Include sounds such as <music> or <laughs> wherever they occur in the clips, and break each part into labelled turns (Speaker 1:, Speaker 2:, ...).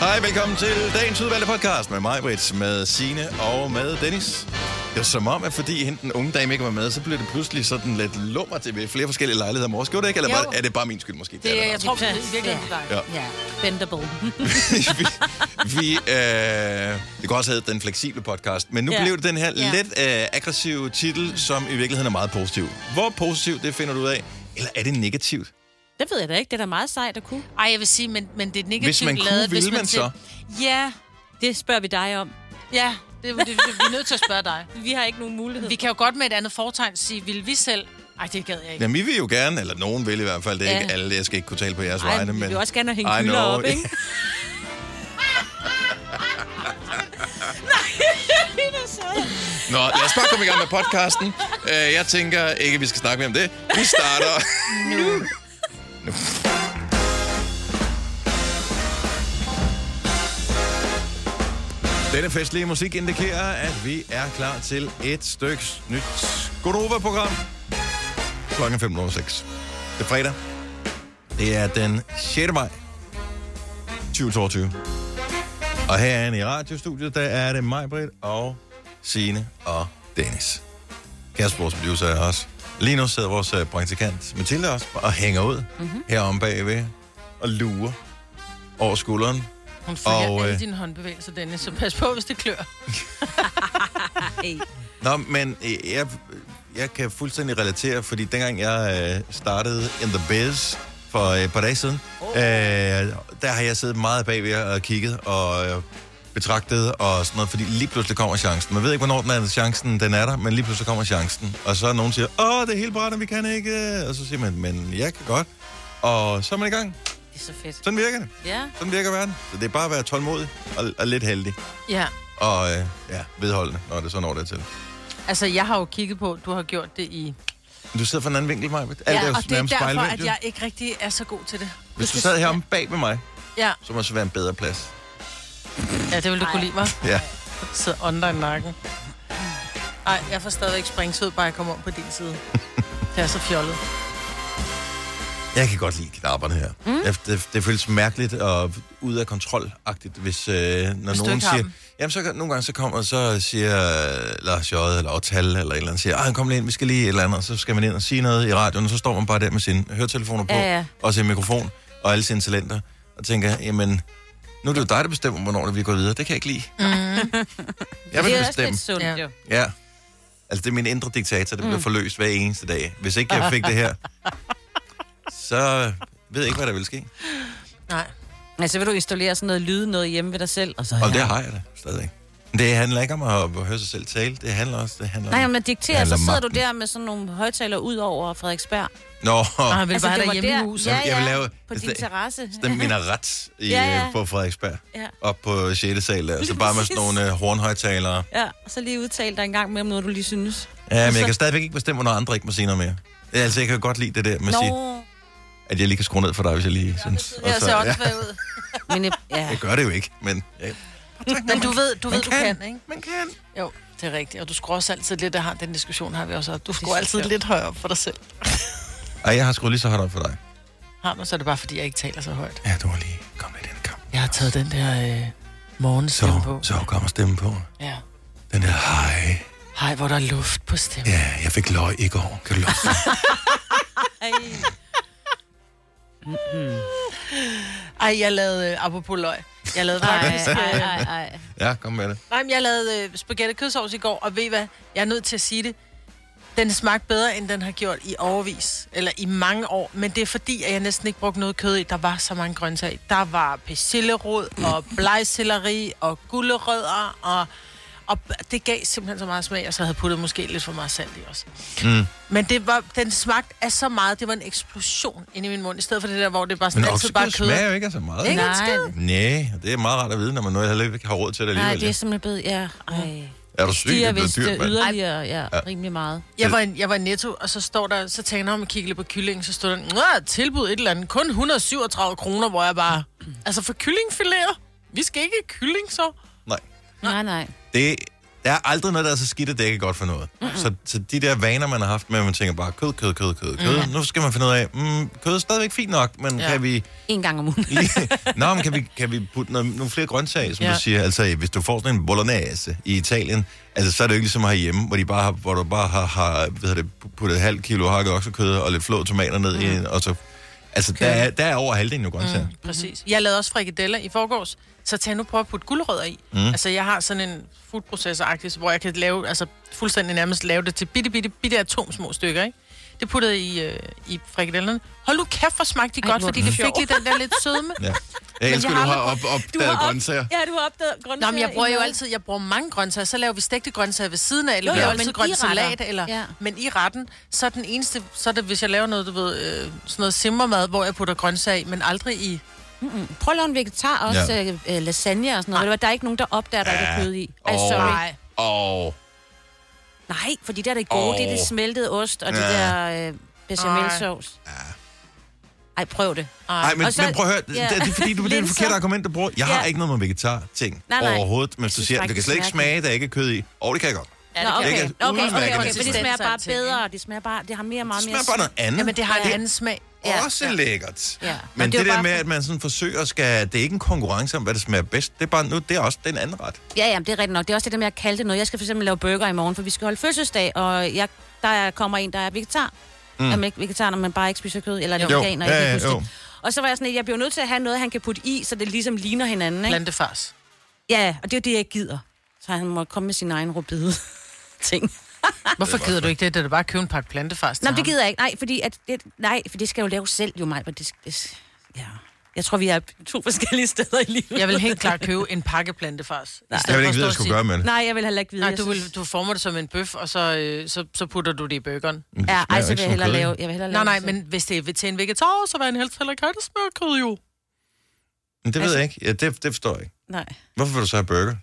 Speaker 1: Hej, velkommen til dagens udvalgte podcast med mig, Brits, med Sine og med Dennis. Det var som om, at fordi hende den unge dame ikke var med, så blev det pludselig sådan lidt lummer til ved flere forskellige lejligheder morges. Gjorde det ikke, eller
Speaker 2: Jo.
Speaker 1: var, er det bare min skyld måske?
Speaker 2: Det,
Speaker 1: er
Speaker 2: er-
Speaker 1: det
Speaker 2: jeg tror, det er virkelig dig.
Speaker 1: Ja.
Speaker 3: Ja, bendable. <laughs>
Speaker 1: nok. Vi, øh, det kunne også hedde den fleksible podcast, men nu
Speaker 3: Ja.
Speaker 1: blev det den her
Speaker 3: Ja.
Speaker 1: lidt øh, aggressive titel, som i virkeligheden er meget positiv. Hvor positiv, det finder du ud af. Eller er det negativt?
Speaker 3: Det ved jeg da ikke. Det er da meget sejt at kunne.
Speaker 2: Ej, jeg vil sige, men, men det er negativt
Speaker 1: Hvis man kunne,
Speaker 2: lavet,
Speaker 1: ville man
Speaker 2: siger-
Speaker 1: så?
Speaker 2: Ja,
Speaker 3: Det spørger vi dig om.
Speaker 2: ja. Det, det, det, vi er nødt til at spørge dig.
Speaker 3: Vi har ikke nogen mulighed.
Speaker 2: <laughs> Vi kan jo godt med et andet fortegn sige, vil vi selv... Ej, det gad jeg ikke.
Speaker 1: Jamen, vi vil jo gerne, eller nogen vil i hvert fald, det er
Speaker 3: Ja.
Speaker 1: ikke alle, jeg skal ikke kunne tale på jeres
Speaker 3: Ej,
Speaker 1: vegne,
Speaker 3: vi
Speaker 1: men...
Speaker 3: vil også gerne hænge
Speaker 1: I
Speaker 3: hylder
Speaker 1: know.
Speaker 3: op, ikke?
Speaker 1: <laughs> Nå, lad os bare komme i gang med podcasten. Øh, Jeg tænker ikke, at vi skal snakke mere om det. Vi starter nu. nu. Denne festlige musik indikerer, at vi er klar til et styks nyt Godova-program. Klokken 5.06. Det er fredag. Det er den 6. maj 2022. Og herinde i radiostudiet, der er det mig, Britt, og Signe og Dennis. Kasper, vores producer, er også. Lige nu sidder vores øh, praktikant Mathilde også og hænger ud
Speaker 2: Mhm.
Speaker 1: mm-hmm. herom bagved og lurer over skulderen.
Speaker 2: Hun frier
Speaker 1: Og,
Speaker 2: alle
Speaker 1: øh,
Speaker 2: dine håndbevægelser, Dennis, så pas på, hvis det <laughs> klør.
Speaker 3: Ej.
Speaker 1: Nå, men øh, jeg, jeg kan fuldstændig relatere, fordi dengang jeg øh, startede In The Biz for øh, et par dage siden, oh. øh, der har jeg siddet meget bagved og kigget og øh, betragtet og sådan noget, fordi lige pludselig kommer chancen. Man ved ikke, hvornår den er, chancen den er der, men lige pludselig kommer chancen. Og så er nogen, der siger, åh, det er helt brændende, vi kan ikke. Og så siger man, men jeg kan godt. Og så er man i gang.
Speaker 3: Det er så fedt.
Speaker 1: Sådan virker det.
Speaker 3: Ja.
Speaker 1: Sådan virker verden. Så det er bare at være tålmodig og, og lidt heldig.
Speaker 2: Ja,
Speaker 1: Og øh, ja, vedholdende, når det så når det til.
Speaker 2: altså jeg har jo kigget på, du har gjort det i...
Speaker 1: Du sidder fra en anden vinkel, Maja. Alt
Speaker 2: Ja,
Speaker 1: er jo
Speaker 2: og det er
Speaker 1: nærmest
Speaker 2: derfor,
Speaker 1: spejlvendt.
Speaker 2: at
Speaker 1: jo.
Speaker 2: jeg ikke rigtig er så god til det.
Speaker 1: Hvis du sad heromme bag med mig,
Speaker 2: Ja,
Speaker 1: så må det så være en bedre plads.
Speaker 2: ja det ville du kunne lide, mig.
Speaker 1: Ja.
Speaker 2: Sidder ånder i nakken. Ej, jeg får stadigvæk springsød, bare jeg kommer om på din side.
Speaker 1: <laughs>
Speaker 2: Det er så fjollet.
Speaker 1: Jeg kan godt lide knapperne her. Mm. Det, det, det føles mærkeligt og ude af kontrol-agtigt, hvis, øh, når
Speaker 2: du
Speaker 1: nogen
Speaker 2: ikke har
Speaker 1: siger...
Speaker 2: dem.
Speaker 1: Jamen, så, kan- nogle gange så kommer så siger øh, Lars J. eller Otal eller et eller andet, siger, "Ej, han kom lige ind, vi skal lige et eller andet, og så skal man ind og sige noget i radioen, og så står man bare der med sine høretelefoner på,
Speaker 3: Ja, ja.
Speaker 1: og sin mikrofon, og alle sine talenter, og tænker, jamen, nu er det jo dig, der bestemmer, hvornår det vil gå videre. Det kan jeg ikke lide.
Speaker 2: <laughs>
Speaker 1: Mm. Jeg vil
Speaker 3: det er også
Speaker 1: bestemme.
Speaker 3: lidt sundt,
Speaker 2: Ja.
Speaker 3: ja. jo.
Speaker 1: Ja. Altså, det er min indre diktator, der bliver
Speaker 3: Mm.
Speaker 1: forløst hver eneste dag. Hvis ikke jeg fik det her, så ved jeg ikke, hvad der vil ske.
Speaker 2: Nej.
Speaker 3: Altså, vil du installere sådan noget lyde noget hjemme ved dig selv? Og så,
Speaker 1: Og
Speaker 3: ja.
Speaker 1: det har jeg da stadig. Det handler ikke om at at høre sig selv tale. Det handler også... Det handler
Speaker 3: Nej,
Speaker 1: om...
Speaker 3: men dikterer,
Speaker 1: handler
Speaker 3: så
Speaker 1: om
Speaker 3: sidder du
Speaker 1: magten.
Speaker 3: der med sådan nogle højtalere ud over Frederiksberg.
Speaker 1: Nå,
Speaker 2: Og han vil altså, bare
Speaker 3: det
Speaker 2: have
Speaker 3: var
Speaker 2: dig hjemme i
Speaker 3: der-
Speaker 2: huset.
Speaker 3: Ja,
Speaker 2: Ja.
Speaker 3: ja,
Speaker 1: Jeg vil lave- altså,
Speaker 3: på din
Speaker 1: det-
Speaker 3: terrasse.
Speaker 1: den minder ret i, øh,
Speaker 3: Ja, ja.
Speaker 1: på Frederiksberg.
Speaker 3: Ja.
Speaker 1: Op på 6. sal der. Så
Speaker 3: Lige
Speaker 1: bare med
Speaker 3: præcis.
Speaker 1: sådan nogle øh, hornhøjtalere.
Speaker 3: Ja, og så lige udtale dig en gang med, noget du lige synes.
Speaker 1: Ja, men jeg kan stadigvæk ikke bestemme, hvornår andre ikke må sige noget mere. Altså, jeg kan godt lide det der med at sige, at jeg lige kan skrue ned for dig, hvis jeg lige synes. Og
Speaker 2: Jeg ser
Speaker 1: så-
Speaker 2: også ja.
Speaker 1: <laughs>
Speaker 2: ud.
Speaker 3: Men jeg, ja.
Speaker 1: Jeg gør det jo ikke, men... Ja.
Speaker 2: <laughs> Men du ved, du, ved, du kan, ikke?
Speaker 1: Man kan.
Speaker 2: Jo, det er rigtigt. Og du skruer også altid lidt, der har den diskussion har vi også. haft. Du skruer
Speaker 3: så
Speaker 2: altid
Speaker 3: sjovt.
Speaker 2: lidt højere op for dig selv.
Speaker 1: Ej, jeg har skruet lige så højt op for dig.
Speaker 2: Har man, så er det bare, fordi jeg ikke taler så højt.
Speaker 1: Ja, du har lige kommet lidt ind i kamp.
Speaker 2: Jeg har taget den der øh, morgenstemme
Speaker 1: Så,
Speaker 2: på.
Speaker 1: så kommer stemmen på.
Speaker 2: Ja.
Speaker 1: Den der, hej,
Speaker 2: Hej, hvor der er luft på stemmen.
Speaker 1: ja, jeg fik løg i går. Kan du
Speaker 2: <laughs>
Speaker 1: lugte det?
Speaker 2: Mm-hmm. Ej, jeg lavede, øh, apropos løg, jeg lavede faktisk...
Speaker 3: Ej,
Speaker 2: øh,
Speaker 3: ej, ej.
Speaker 1: Ja, kom med det.
Speaker 2: Nej, men jeg lavede øh, spaghetti kødsovs i går, og ved I hvad? Jeg er nødt til at sige det. Den smagte bedre, end den har gjort i overvis, eller i mange år. Men det er fordi, at jeg næsten ikke brugte noget kød i. Der var så mange grøntsager i. Der var persillerod, og blegselleri, og gullerødder, og, og det gav simpelthen så meget smag, og så havde jeg puttet måske lidt for meget salt i også. Mm. Men det var, den smagte af så meget, det var en eksplosion inde i min mund, i stedet for det der, hvor det bare
Speaker 1: Men
Speaker 2: sådan altid bare
Speaker 1: oksekød
Speaker 2: kød.
Speaker 1: smager jo ikke af så meget.
Speaker 2: Ikke en
Speaker 3: Nej.
Speaker 2: skid.
Speaker 1: Nej, det er meget rart at vide, når man nu heller ikke har råd til det
Speaker 3: Nej,
Speaker 1: alligevel.
Speaker 3: det er simpelthen blevet, ja. Ej.
Speaker 1: Er du syg, det
Speaker 3: stiger
Speaker 1: er blevet
Speaker 3: vist
Speaker 2: øh,
Speaker 1: dyrt, mand.
Speaker 3: yderligere, ja, rimelig meget.
Speaker 2: Jeg var, i- jeg var i Netto, og så står der, så tænker jeg om at kigge lidt på kyllingen, så stod der, "Nå, tilbud et eller andet, kun 137 kroner, hvor jeg bare, altså for kyllingfiléer, vi skal ikke have kylling så.
Speaker 1: Nej.
Speaker 3: Nej, nej.
Speaker 1: Det, Der er aldrig noget, der er så skidt, at det ikke er godt for noget. Mm-hmm. Så, så de der vaner, man har haft med, at man tænker bare kød, kød, kød, kød, kød. Mm. Nu skal man finde ud af, mm, kød er stadigvæk fint nok, men ja.
Speaker 2: Ja.
Speaker 1: kan vi...
Speaker 3: En gang om ugen. <laughs>
Speaker 1: lige- Nå, men kan vi, kan vi putte noget, nogle flere grøntsager, som ja.
Speaker 2: Ja.
Speaker 1: du siger? Altså, hvis du får sådan en bolognese i Italien, altså, så er det jo ikke ligesom herhjemme, hvor, de bare har, hvor du bare har, har hvad hedder det, puttet halv kilo hakket oksekød og lidt flå tomater ned mm. i, og så... Altså, der er, der er over halvdelen jo grøntsager. Mm.
Speaker 2: Præcis. Jeg lavede også frikadeller i forgårs, så tag nu prøve at putte guldrødder i.
Speaker 1: Mhm.
Speaker 2: Mm. Altså, jeg har sådan en foodprocessor hvor jeg kan lave, altså fuldstændig nærmest lave det til bitte, bitte, bitte atomsmå stykker, ikke? Det puttede jeg i, øh, i frikadellerne. Hold nu kæft, hvor smagte de
Speaker 3: Ej,
Speaker 2: godt,
Speaker 3: hvor er
Speaker 2: fordi
Speaker 3: den
Speaker 2: det fik
Speaker 3: sjov.
Speaker 2: lige den der lidt sødme.
Speaker 1: Ja.
Speaker 4: Jeg elsker,
Speaker 2: jeg
Speaker 4: du
Speaker 2: har
Speaker 4: har op, opdaget grøntsager.
Speaker 3: Ja, du har opdaget
Speaker 2: Nå,
Speaker 3: grøntsager.
Speaker 2: men jeg bruger
Speaker 3: i
Speaker 2: jo
Speaker 3: maden.
Speaker 2: altid, jeg bruger mange grøntsager, så laver vi stegte grøntsager ved siden af, eller
Speaker 3: Jo,
Speaker 2: vi
Speaker 3: jo,
Speaker 2: laver
Speaker 3: men
Speaker 2: altid
Speaker 3: i
Speaker 2: grøn
Speaker 3: retter.
Speaker 2: salat, eller,
Speaker 3: Ja.
Speaker 2: men i retten, så er den eneste, så er det, hvis jeg laver noget, du ved, øh, sådan noget simmermad, hvor jeg putter grøntsager i, men aldrig i,
Speaker 3: Prøv at lave en vegetar også, ja. øh, lasagne og sådan noget. Ved du hvad, Der er ikke nogen, der opdager, der ikke er kød i. Ej,
Speaker 4: Åh.
Speaker 3: sorry.
Speaker 2: Nej.
Speaker 4: Og
Speaker 3: Nej, fordi der er det gode, oh. det er det
Speaker 4: Åh.
Speaker 3: smeltede ost og ja. det
Speaker 1: Ja.
Speaker 3: der øh, bechamelsauce. Ja. Ej, prøv det.
Speaker 1: Nej, men,
Speaker 3: Og
Speaker 1: så,
Speaker 3: så-
Speaker 1: men prøv at høre,
Speaker 3: ja.
Speaker 1: ja. det, det er fordi, du,
Speaker 3: <laughs>
Speaker 1: det er det
Speaker 3: Linser.
Speaker 1: forkerte argument, du bruger. Jeg har
Speaker 3: Ja.
Speaker 1: ikke noget med vegetar-ting
Speaker 3: Nej, nej.
Speaker 1: overhovedet, men
Speaker 3: Jeg
Speaker 1: du
Speaker 3: synes
Speaker 1: siger, du
Speaker 3: faktisk,
Speaker 1: kan slet ikke
Speaker 3: det er mærkeligt.
Speaker 1: smage, der ikke er kød i. Og det kan jeg godt.
Speaker 3: Nå,
Speaker 2: det
Speaker 3: okay.
Speaker 1: kan
Speaker 3: Okay, okay, okay,
Speaker 1: jeg.
Speaker 3: okay. Men det
Speaker 1: Udmærket.
Speaker 3: smager bare
Speaker 2: Konsistensen.
Speaker 3: bedre. Det smager bare, det har mere og
Speaker 1: Det
Speaker 3: meget mere
Speaker 1: smager bare noget andet.
Speaker 2: Jamen, det har en
Speaker 3: Ja.
Speaker 2: anden smag.
Speaker 1: ja.
Speaker 3: Ja.
Speaker 1: Også ja. lækkert.
Speaker 3: Ja.
Speaker 1: Men
Speaker 3: Og
Speaker 1: det,
Speaker 3: det er
Speaker 1: det
Speaker 3: jo
Speaker 1: der
Speaker 3: bare
Speaker 1: med,
Speaker 3: for-
Speaker 1: at man sådan forsøger at skal... Det er ikke en konkurrence om, hvad der smager bedst. Det er bare nu, det er også den anden ret.
Speaker 3: Ja, ja, men det er rigtigt nok. Det er også det der med at kalde det noget. Jeg skal for eksempel lave burger i morgen, for vi skal holde fødselsdag, og jeg, der kommer en, der er vegetar. Mm. Jamen ikke vegetar, når man bare ikke spiser kød, eller er det
Speaker 1: Jo.
Speaker 3: veganer,
Speaker 1: Ja,
Speaker 3: jeg kan
Speaker 1: ja,
Speaker 3: ikke huske
Speaker 1: jo.
Speaker 3: det. Og så var jeg sådan, at jeg bliver nødt til at have noget, han kan putte i, så det ligesom ligner hinanden, ikke?
Speaker 2: Plantefars.
Speaker 3: Ja, og det er jo det, jeg ikke gider. Så han må komme med sin egen rubide <laughs> ting.
Speaker 2: Hvorfor gider du ikke det? Det er da bare at købe en pakke plantefars til
Speaker 3: Nå, men det
Speaker 2: ham.
Speaker 3: gider jeg ikke. Nej, fordi at det, nej, for det skal jeg jo lave selv, jo mig. Det, skal- det, ja. Jeg tror, vi er to forskellige <laughs> steder i livet.
Speaker 2: <laughs> Jeg vil helt klart købe en pakke plantefars. Nej,
Speaker 1: Jeg vil ikke vide, hvad jeg skulle gøre med det.
Speaker 3: Nej, jeg vil heller ikke vide.
Speaker 2: Nej,
Speaker 3: jeg
Speaker 2: du, vil,
Speaker 3: synes-
Speaker 2: du former det som en bøf, og så, øh, så, så putter du det i burgeren.
Speaker 1: Mm, det
Speaker 3: Ja,
Speaker 1: smager
Speaker 3: ej,
Speaker 1: jo
Speaker 3: så
Speaker 1: ikke
Speaker 3: vil jeg
Speaker 1: som
Speaker 3: hellere
Speaker 1: kød,
Speaker 3: lave... Jeg vil hellere lave
Speaker 2: Nej, nej,
Speaker 3: det selv.
Speaker 2: men hvis det er til en vegetar, så vil han helst heller ikke have det smørkød jo.
Speaker 1: Men det ved
Speaker 3: Altså-
Speaker 1: jeg ikke. Ja, det, det forstår jeg ikke.
Speaker 3: Nej.
Speaker 1: Hvorfor vil du så have burger?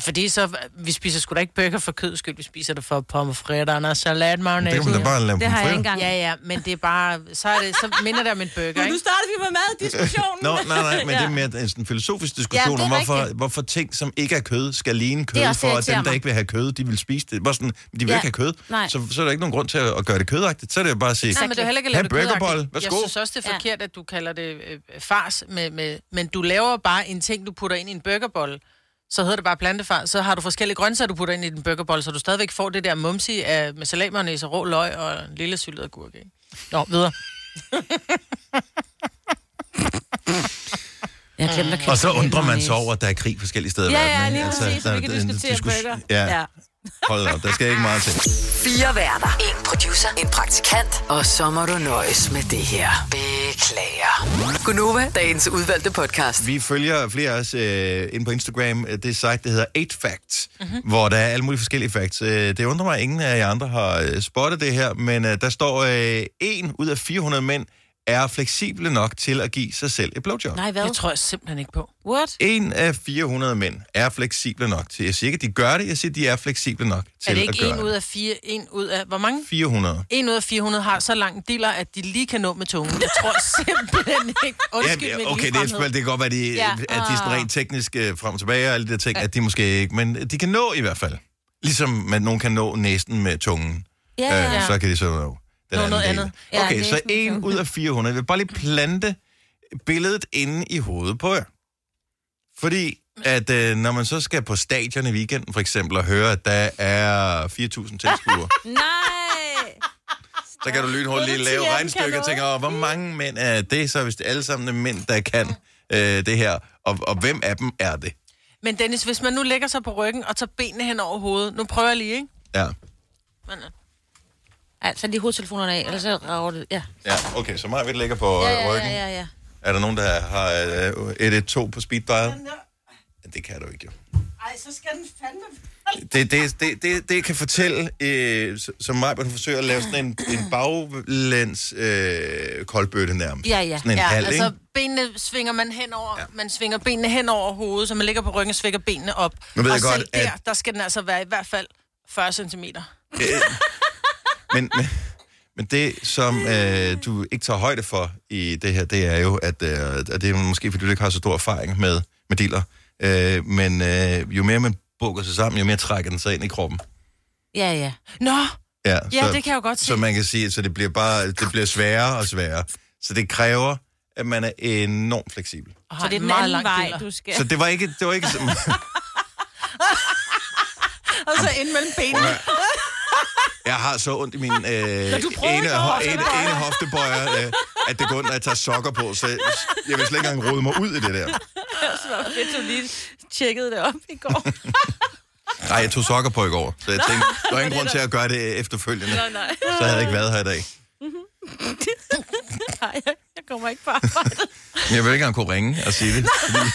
Speaker 2: Fordi så, vi spiser sgu da ikke burger for kød skyld, vi spiser det for pomfritterne og
Speaker 1: Det
Speaker 2: salatmagnæsen.
Speaker 1: kan man da bare lave
Speaker 3: Det har jeg ikke
Speaker 1: pomfritter.
Speaker 3: engang.
Speaker 2: Ja, ja, men det er bare, så, er det, så minder det om en burger,
Speaker 3: Men nu
Speaker 2: ikke?
Speaker 3: startede vi med maddiskussionen.
Speaker 1: Nå, nej, nej,
Speaker 3: <laughs>
Speaker 1: men det er mere en sådan filosofisk
Speaker 3: Ja,
Speaker 1: diskussion
Speaker 3: det er
Speaker 1: om, hvorfor,
Speaker 3: rigtigt.
Speaker 1: hvorfor ting, som ikke er kød, skal ligne
Speaker 3: Det er
Speaker 1: kød,
Speaker 3: også
Speaker 1: for at
Speaker 3: irriterer
Speaker 1: dem, der
Speaker 3: mig.
Speaker 1: ikke vil have kød, de vil spise det. Bare sådan, de vil
Speaker 3: Ja.
Speaker 1: ikke have kød,
Speaker 3: Nej.
Speaker 1: så, så er der ikke nogen grund til at at gøre det kødagtigt. Så er det jo bare at sige,
Speaker 2: Nej, men det er jo heller ikke
Speaker 1: Ha'
Speaker 2: lavet det
Speaker 1: burgerbolle.
Speaker 2: kødagtigt.
Speaker 1: Værsgo.
Speaker 2: Jeg synes også, det er
Speaker 3: Ja.
Speaker 2: forkert, at du kalder det øh, fars, med, med, men du laver bare en ting, du putter ind i en burgerbolle. Så hedder det bare plantefars. Så har du forskellige grøntsager, du putter ind i din burgerbolle, så du stadigvæk får det der mumsi af, med salatmagnæs og rå løg og en lille syltet agurk. Ikke? Nå, videre.
Speaker 3: Jeg glemte at købe
Speaker 1: Og så
Speaker 3: salat
Speaker 1: undrer man
Speaker 3: mayonnaise.
Speaker 1: sig over, at der er krig forskellige steder i
Speaker 3: Ja,
Speaker 1: verden.
Speaker 3: ja,
Speaker 1: ikke? Altså,
Speaker 3: lige præcis.
Speaker 1: der-
Speaker 3: Vi kan
Speaker 1: der er en
Speaker 3: diskutere
Speaker 1: diskus-
Speaker 3: burger.
Speaker 1: Ja, hold da op, der skal ikke meget til.
Speaker 5: Fire værter. En producer. En praktikant. Og så må du nøjes med det her. Beklager. Gunova, dagens udvalgte podcast.
Speaker 1: Vi følger flere af os øh, inde på Instagram. øh, Det site, der hedder 8 Facts,
Speaker 2: Mhm.
Speaker 1: mm-hmm. hvor der er alle mulige forskellige facts. Øh, det undrer mig, at ingen af jer andre har øh, spottet det her, men øh, der står, øh, en ud af 400 mænd er fleksible nok til at give sig selv et blowjob.
Speaker 3: Nej, hvad?
Speaker 2: Det tror jeg simpelthen ikke på.
Speaker 3: What?
Speaker 1: En af 400 mænd er fleksible nok til. Jeg siger ikke, at de gør det, jeg siger, at de er fleksible nok til
Speaker 2: Er det
Speaker 1: at
Speaker 2: ikke
Speaker 1: gøre
Speaker 2: en ud af fire, en ud af, hvor mange?
Speaker 1: det. 400.
Speaker 2: En ud af 400 har så lang diller, at de lige kan nå med tungen. Jeg tror simpelthen ikke. Undskyld,
Speaker 1: Ja,
Speaker 2: min
Speaker 1: okay, det, er, et
Speaker 2: ligefremhed.
Speaker 1: spørgsmål. det kan godt være, de, ja.
Speaker 2: Ja.
Speaker 1: at de er sådan rent teknisk øh, frem og tilbage og alle de der ting, at de måske ikke, men de kan nå i hvert fald. Ligesom man, nogen kan nå næsten med tungen,
Speaker 3: Ja,
Speaker 1: ja,
Speaker 3: ja.
Speaker 1: ja. så kan de så nå den
Speaker 2: Nå,
Speaker 1: anden
Speaker 2: noget
Speaker 1: del.
Speaker 2: andet.
Speaker 3: Ja,
Speaker 1: Okay, så
Speaker 3: næsen med
Speaker 1: en
Speaker 3: tungen.
Speaker 1: ud af 400. Jeg vil bare lige plante billedet inde i hovedet på jer. Fordi at øh, når man så skal på stadion i weekenden for eksempel og høre, at der er 4.000 tilskuere,
Speaker 3: Nej!
Speaker 1: så kan du lynhurtigt lige
Speaker 3: Både
Speaker 1: lave
Speaker 3: TM
Speaker 1: regnstykker
Speaker 3: kan
Speaker 1: og tænke, åh, hvor mange mænd er det så, hvis det er alle sammen er mænd, der kan øh, det her? Og, og hvem af dem er det?
Speaker 2: Men Dennis, hvis man nu lægger sig på ryggen og tager benene hen over hovedet. Nu prøver jeg lige, ikke?
Speaker 1: Ja,
Speaker 2: Men, øh,
Speaker 3: Altså, lige hovedtelefonerne af, ellers så rager det. Ja.
Speaker 1: ja okay, så meget vi ligger på
Speaker 3: Ja,
Speaker 1: øh,
Speaker 3: ja,
Speaker 1: ryggen.
Speaker 3: ja, ja, ja.
Speaker 1: Er der nogen, der har øh, 112 på speed dial? Ja, Det kan du ikke, jo.
Speaker 2: Ej, så skal den fandme...
Speaker 1: Det, det, det, det, det kan fortælle, øh, s- som mig, man forsøger at lave sådan en, en baglæns øh, koldbøtte nærmest.
Speaker 3: Ja, ja.
Speaker 1: Sådan en
Speaker 2: Ja,
Speaker 1: halv,
Speaker 2: altså
Speaker 1: ikke?
Speaker 2: benene svinger man hen over,
Speaker 1: Ja.
Speaker 2: ja. man svinger benene hen over hovedet, så man ligger på ryggen og svinger benene op.
Speaker 1: Nu ved
Speaker 2: og
Speaker 1: jeg godt,
Speaker 2: selv der,
Speaker 1: at-
Speaker 2: der skal den altså være i hvert fald 40 cm.
Speaker 1: Øh, men, men, men det, som øh, du ikke tager højde for i det her, det er jo, at, øh, at det er måske, fordi du ikke har så stor erfaring med, med dealer. Øh, men øh, jo mere man bukker sig sammen, jo mere trækker den sig ind i kroppen.
Speaker 3: Ja, ja. <laughs>
Speaker 2: Nå,
Speaker 1: Ja,
Speaker 2: Ja, det kan jeg jo godt
Speaker 1: Så
Speaker 2: se.
Speaker 1: man kan sige, så det bliver bare det bliver sværere og sværere. Så det kræver, at man er enormt fleksibel.
Speaker 2: og
Speaker 3: Så
Speaker 2: har
Speaker 3: det er
Speaker 2: en
Speaker 3: den
Speaker 2: meget
Speaker 3: anden
Speaker 2: lang
Speaker 3: vej,
Speaker 2: diller.
Speaker 3: du skal.
Speaker 1: Så det var ikke... Det var ikke så-
Speaker 2: <laughs> Og så ind mellem benene.
Speaker 1: jeg har så ondt i min øh, ene,
Speaker 2: du prøver ikke at
Speaker 1: ho-
Speaker 2: hoftebøje.
Speaker 1: ene, ene hoftebøjer, øh, at det går ondt, når jeg tager sokker på. Så jeg vil slet ikke engang rode mig ud i det der.
Speaker 3: Det var fedt, du lige tjekkede det op i går.
Speaker 1: Nej, jeg tog sokker på i går, så jeg tænkte, der er ingen grund til at gøre det efterfølgende.
Speaker 3: Nå, nej.
Speaker 1: Så havde jeg ikke været her i dag.
Speaker 2: <laughs>
Speaker 3: nej, jeg kommer ikke på arbejde.
Speaker 1: Men Jeg vil ikke engang kunne ringe og sige det, fordi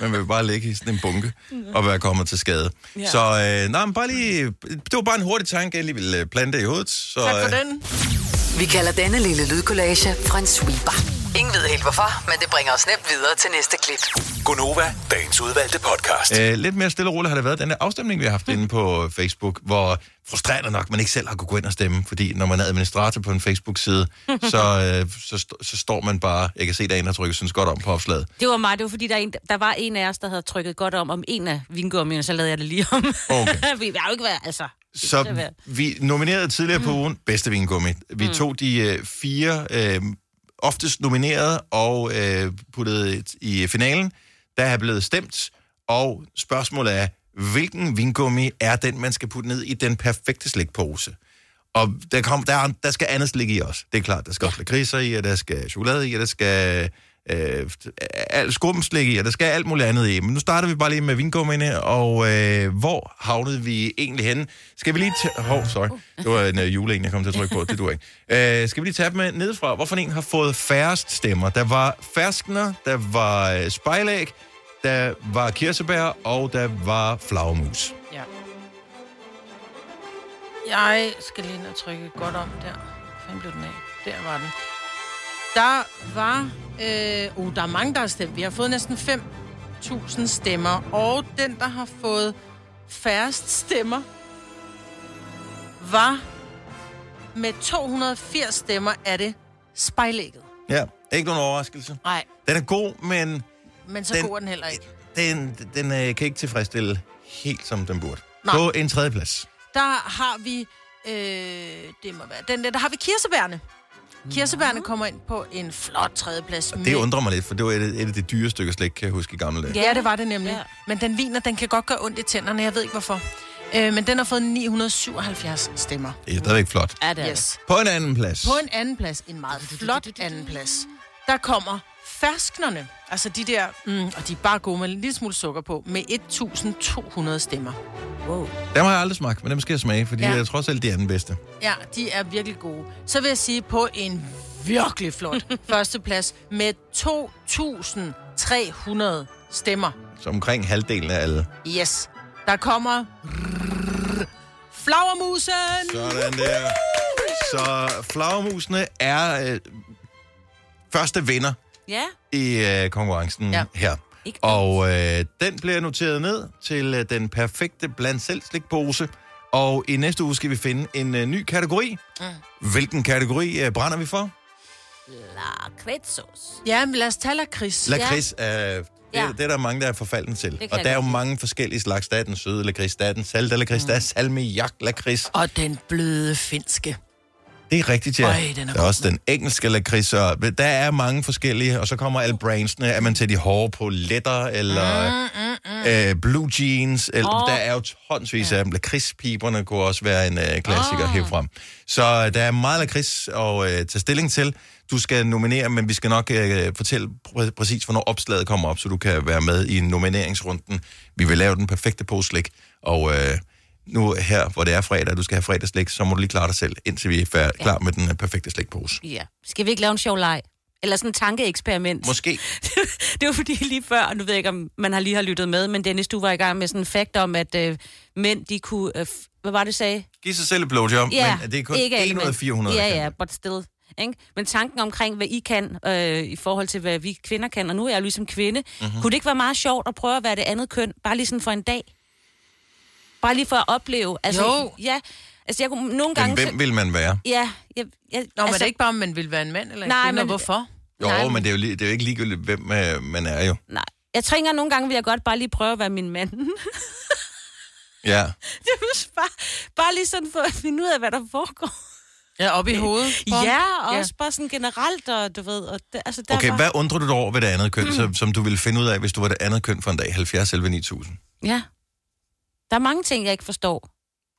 Speaker 1: man vil bare ligge i sådan en bunke og være kommet til skade. Ja. Så øh, nej, men bare lige, det var bare en hurtig tanke, jeg lige ville øh, plante i hovedet. Så,
Speaker 2: Tak for
Speaker 1: øh,
Speaker 2: den.
Speaker 5: Vi kalder denne lille lydkollage Frans sweeper. Ingen ved helt hvorfor, men det bringer os nemt videre til næste klip.
Speaker 6: Gunova, dagens udvalgte podcast.
Speaker 1: Øh, lidt mere stille og roligt har det været den her afstemning, vi har
Speaker 3: Mm.
Speaker 1: haft inde på Facebook, hvor frustrerende nok, man ikke selv har kunnet gå ind og stemme, fordi når man er administrator på en
Speaker 3: <laughs>
Speaker 1: Facebook-side, så, øh, så, st- så står man bare, jeg kan se, der er en, der trykker, synes godt om på opslaget.
Speaker 3: Det var mig, det var fordi, der, er en, der var en af os, der havde trykket godt om, om en af vingummierne, så lavede jeg det lige om.
Speaker 1: Okay.
Speaker 3: <laughs> vi har jo ikke været, altså. Det
Speaker 1: Så
Speaker 3: er Mm.
Speaker 1: vi nominerede tidligere på ugen bedste vingummi. Vi tog de øh, fire øh, oftest nominerede og øh, puttede i finalen. Der er blevet stemt, og spørgsmålet er, hvilken vingummi er den, man skal putte ned i den perfekte slikpose? Og der, kom, der, er- der skal andet slik i også. Det er klart, der skal også lakridser i, og der skal chokolade i, og der skal øh, alt skumslik i, og der skal alt muligt andet i. Men nu starter vi bare lige med vingummierne, og øh, hvor havnede vi egentlig henne? Skal vi lige tage... Hov, sorry. Det var en øh, juleen, jeg kom til at trykke på. Det du ikke. Øh, skal vi lige tage dem med nedefra? Hvorfor en har fået færrest stemmer? Der var ferskner, der var øh, spejlæg, der var kirsebær, og der var flagmus.
Speaker 2: Ja. Jeg skal lige ind og trykke godt om der. Hvor fanden blev den af? Der var den. Der var... Øh, oh, der er mange, der har stemt. Vi har fået næsten 5.000 stemmer. Og den, der har fået færrest stemmer, var med 280 stemmer, er det spejlægget.
Speaker 1: Ja, ikke nogen overraskelse.
Speaker 2: Nej.
Speaker 1: Den er god, men...
Speaker 2: Men så
Speaker 1: Den-
Speaker 2: den... går den heller ikke.
Speaker 1: den, den øh, kan ikke tilfredsstille helt som den burde.
Speaker 2: Nej.
Speaker 1: Nej. På en tredje plads.
Speaker 2: der har vi, øh, det må være den der, der har vi kirsebærne. Kirsebærne kommer ind på en flot tredjeplads.
Speaker 1: Det undrer mig lidt, for det var et, et af de dyre stykker slik, kan jeg huske i gamle dage.
Speaker 2: Mm. Ja, det var det nemlig.
Speaker 3: Ja.
Speaker 2: Ja. Men den viner, den kan godt gøre ondt i tænderne, jeg ved ikke hvorfor. Øh, men den har fået 977 stemmer.
Speaker 1: Det er stadigvæk flot.
Speaker 3: Ja, det er yes.
Speaker 2: Yes.
Speaker 1: På en anden plads.
Speaker 2: På en anden plads, en meget flot anden plads, der kommer fersknerne. Altså de der, mm, og de er bare gode med en lille smule sukker på, med 1.200 stemmer.
Speaker 1: Dem har jeg aldrig smagt, men dem skal jeg smage, fordi
Speaker 2: Ja.
Speaker 1: ja. jeg tror selv, det er den bedste.
Speaker 2: Ja, de er virkelig gode. Så vil jeg sige på en virkelig flot førsteplads med 2.300 stemmer.
Speaker 1: Så omkring halvdelen af alle.
Speaker 2: Yes. Der kommer... Flagermusen!
Speaker 1: Sådan der. Så flagermusene er øh, første vinder
Speaker 3: Ja,
Speaker 1: i øh, konkurrencen ja.
Speaker 2: Ja.
Speaker 1: her.
Speaker 3: Ikke
Speaker 1: Og øh, den bliver noteret ned til øh, den perfekte blandt selv slikpose. Og i næste uge skal vi finde en øh, ny kategori. Mm. Hvilken kategori øh, brænder vi for?
Speaker 3: lakridtsauce.
Speaker 2: Ja, men lad os tage lakrids.
Speaker 1: Lakrids, øh, det, ja.
Speaker 3: Ja.
Speaker 1: det er der mange, der er forfalden til.
Speaker 3: kan
Speaker 1: Og
Speaker 3: jeg
Speaker 1: der er jo
Speaker 3: godt lide.
Speaker 1: mange forskellige slags. Der er den søde lakrids, der er den salte lakrids, mm. der er salmiak lakrids.
Speaker 2: Og den bløde finske.
Speaker 1: Det er rigtigt, ja.
Speaker 2: Øj, den er
Speaker 1: der er
Speaker 2: god.
Speaker 1: også den engelske lakrids, og der er mange forskellige, og så kommer alle brandsene. Er man til de hårde på letter, eller mm, mm, mm. Øh, blue jeans, eller oh. der er jo tonsvis af dem. Lakridspiberne kunne også være en øh, klassiker oh. herfra. Så øh, der er meget lakrids at øh, tage stilling til. Du skal nominere, men vi skal nok øh, fortælle præ- præcis, hvornår opslaget kommer op, så du kan være med i nomineringsrunden. Vi vil lave den perfekte påslik, og... Øh, nu her, hvor det er fredag, og du skal have fredagsslik, så må du lige klare dig selv, indtil vi er færd- ja. klar med den øh, perfekte slikpose.
Speaker 3: Ja. Skal vi ikke lave en sjov leg? Eller sådan en tankeeksperiment?
Speaker 1: Måske.
Speaker 3: <laughs> det var fordi lige før, og nu ved jeg ikke, om man har lige har lyttet med, men Dennis, du var i gang med sådan en fakt om, at øh, mænd, de kunne... Øh, f- hvad var det, du sagde?
Speaker 1: Giv sig selv et blowjob,
Speaker 3: Ja,
Speaker 1: men øh, det er kun
Speaker 3: ikke alle
Speaker 1: 1 ud af
Speaker 3: mænd.
Speaker 1: 400. der
Speaker 3: Ja,
Speaker 1: kan
Speaker 3: ja,
Speaker 1: det.
Speaker 3: but still. Ikke? Men tanken omkring, hvad I kan, øh, i forhold til, hvad vi kvinder kan, og nu er jeg jo ligesom kvinde,
Speaker 1: Mhm.
Speaker 3: mm-hmm. kunne det ikke være meget sjovt at prøve at være det andet køn, bare lige sådan for en dag? Bare lige for at opleve. Altså,
Speaker 2: Jo.
Speaker 3: Ja, altså jeg kunne nogle
Speaker 1: Men
Speaker 3: gange...
Speaker 1: hvem vil man være?
Speaker 3: Ja, jeg, jeg,
Speaker 2: Nå, altså, men det
Speaker 3: altså,
Speaker 2: er ikke bare, om man vil være en mand eller en
Speaker 3: Nej,
Speaker 2: kvinde, men...
Speaker 3: men-
Speaker 2: hvorfor?
Speaker 1: Jo,
Speaker 3: Nej,
Speaker 1: Nej,
Speaker 3: men-
Speaker 1: men det er jo, lige, det er jo ikke ligegyldigt, hvem øh, man er jo.
Speaker 3: Nej. Jeg tænker, at nogle gange vil jeg godt bare lige prøve at være min mand.
Speaker 1: Ja.
Speaker 3: <laughs> Det var bare, bare lige sådan for at finde ud af, hvad der foregår.
Speaker 2: Ja, op i
Speaker 3: <laughs>
Speaker 2: hovedet. Bum.
Speaker 3: Ja, og også bare sådan generelt, og du ved, og det, altså der
Speaker 1: Okay,
Speaker 3: var... Mm.
Speaker 1: hvad undrer du dig over ved det andet køn, som, som du ville finde ud af, hvis du var det andet køn for en dag? 70 11 9000.
Speaker 3: Ja. Der er mange ting, jeg ikke forstår.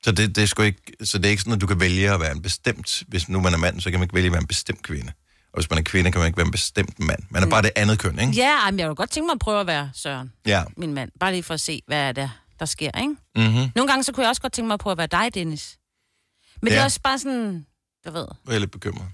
Speaker 1: Så det, det er sgu ikke, så det er ikke sådan, at du kan vælge at være en bestemt... Hvis nu man er mand, så kan man ikke vælge at være en bestemt kvinde. Og hvis man er kvinde, kan man ikke være en bestemt mand. Man er bare det andet køn, ikke?
Speaker 3: Ja, ej, men jeg kunne godt tænke mig at prøve at være Søren,
Speaker 1: Ja.
Speaker 3: min mand. Bare lige for at se, hvad er det, der sker, ikke?
Speaker 1: Mm-hmm.
Speaker 3: Nogle gange så kunne jeg også godt tænke mig at prøve at være dig, Dennis. Men ja. det
Speaker 1: Ja.
Speaker 3: er også bare sådan, du ved.
Speaker 1: Jeg er lidt bekymret.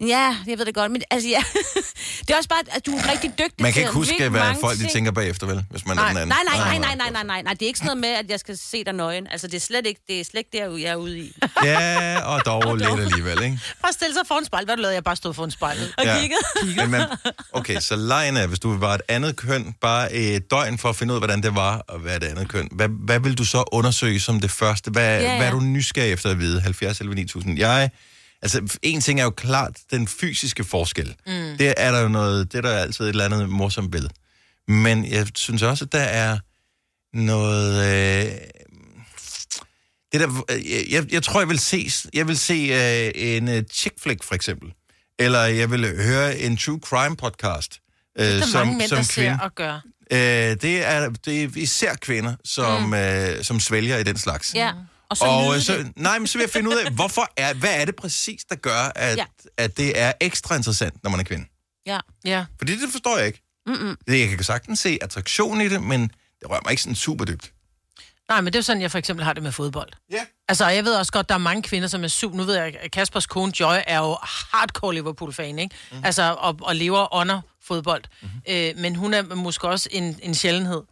Speaker 3: Ja, jeg ved det godt, men altså ja. <laughs> det er også bare, at du er rigtig dygtig
Speaker 1: Man kan
Speaker 3: til
Speaker 1: ikke
Speaker 3: at
Speaker 1: huske,
Speaker 3: virkelig
Speaker 1: hvad
Speaker 3: mange
Speaker 1: folk de
Speaker 3: ting.
Speaker 1: tænker bagefter, vel? Hvis man er
Speaker 2: Nej,
Speaker 1: den anden. Ah.
Speaker 3: Nej, nej, nej, nej, nej, nej, nej, nej. Det er ikke sådan noget med, at jeg skal se dig nøgen. Altså, det er slet ikke, det er slet ikke der, jeg er ude i.
Speaker 1: <laughs> Ja, og dog lidt alligevel, ikke?
Speaker 2: Bare stille sig foran spejlet. Hvad du lavede? Jeg bare stod foran spejlet.
Speaker 3: Og
Speaker 1: Ja.
Speaker 3: kigget.
Speaker 1: Men man, øh, okay, så lejen er, hvis du var et andet køn, bare et døgn for at finde ud af, hvordan det var at være et andet køn. Hvad, hvad vil du så undersøge som det første? Hvad, ja,
Speaker 3: Ja,
Speaker 1: ja.
Speaker 3: ja.
Speaker 1: hvad er du nysgerrig efter at vide? 70 eller 9000. Jeg, altså, en ting er jo klart den fysiske forskel. Mm. Det er der jo noget, det er der altid et eller andet morsomt ved. Men jeg synes også, at der er noget... Øh, det der, øh, jeg- jeg, jeg tror, jeg vil se, jeg vil se øh, en øh, chick flick, for eksempel. Eller jeg vil høre en true crime podcast. Øh,
Speaker 2: Der er
Speaker 1: som,
Speaker 2: mange mænd,
Speaker 1: som
Speaker 2: der
Speaker 1: kvinde.
Speaker 2: ser og gør.
Speaker 1: Øh, det, er, det er især kvinder, som, mm. øh, som svælger i den slags.
Speaker 3: Ja.
Speaker 2: Mm.
Speaker 3: Og så
Speaker 1: og øh,
Speaker 3: nyde
Speaker 1: så,
Speaker 3: det.
Speaker 1: nej, men så vil jeg finde ud af, hvorfor er, hvad er det præcis, der gør, at, ja.
Speaker 3: Ja.
Speaker 1: at det er ekstra interessant, når man er kvinde?
Speaker 3: Ja.
Speaker 2: Ja.
Speaker 1: Fordi det forstår jeg ikke. Mm-mm. Jeg kan sagtens se attraktion i det, men det rører mig ikke sådan super dybt.
Speaker 2: Nej, men det er jo sådan, jeg for eksempel har det med fodbold.
Speaker 1: Ja.
Speaker 2: Altså, jeg ved også godt, der er mange kvinder, som er syv. Nu ved jeg, at Kaspers kone Joy er jo hardcore Liverpool-fan, ikke? Mm. Altså, og, og lever under fodbold. Mm. Øh, men hun er måske også en, en sjældenhed,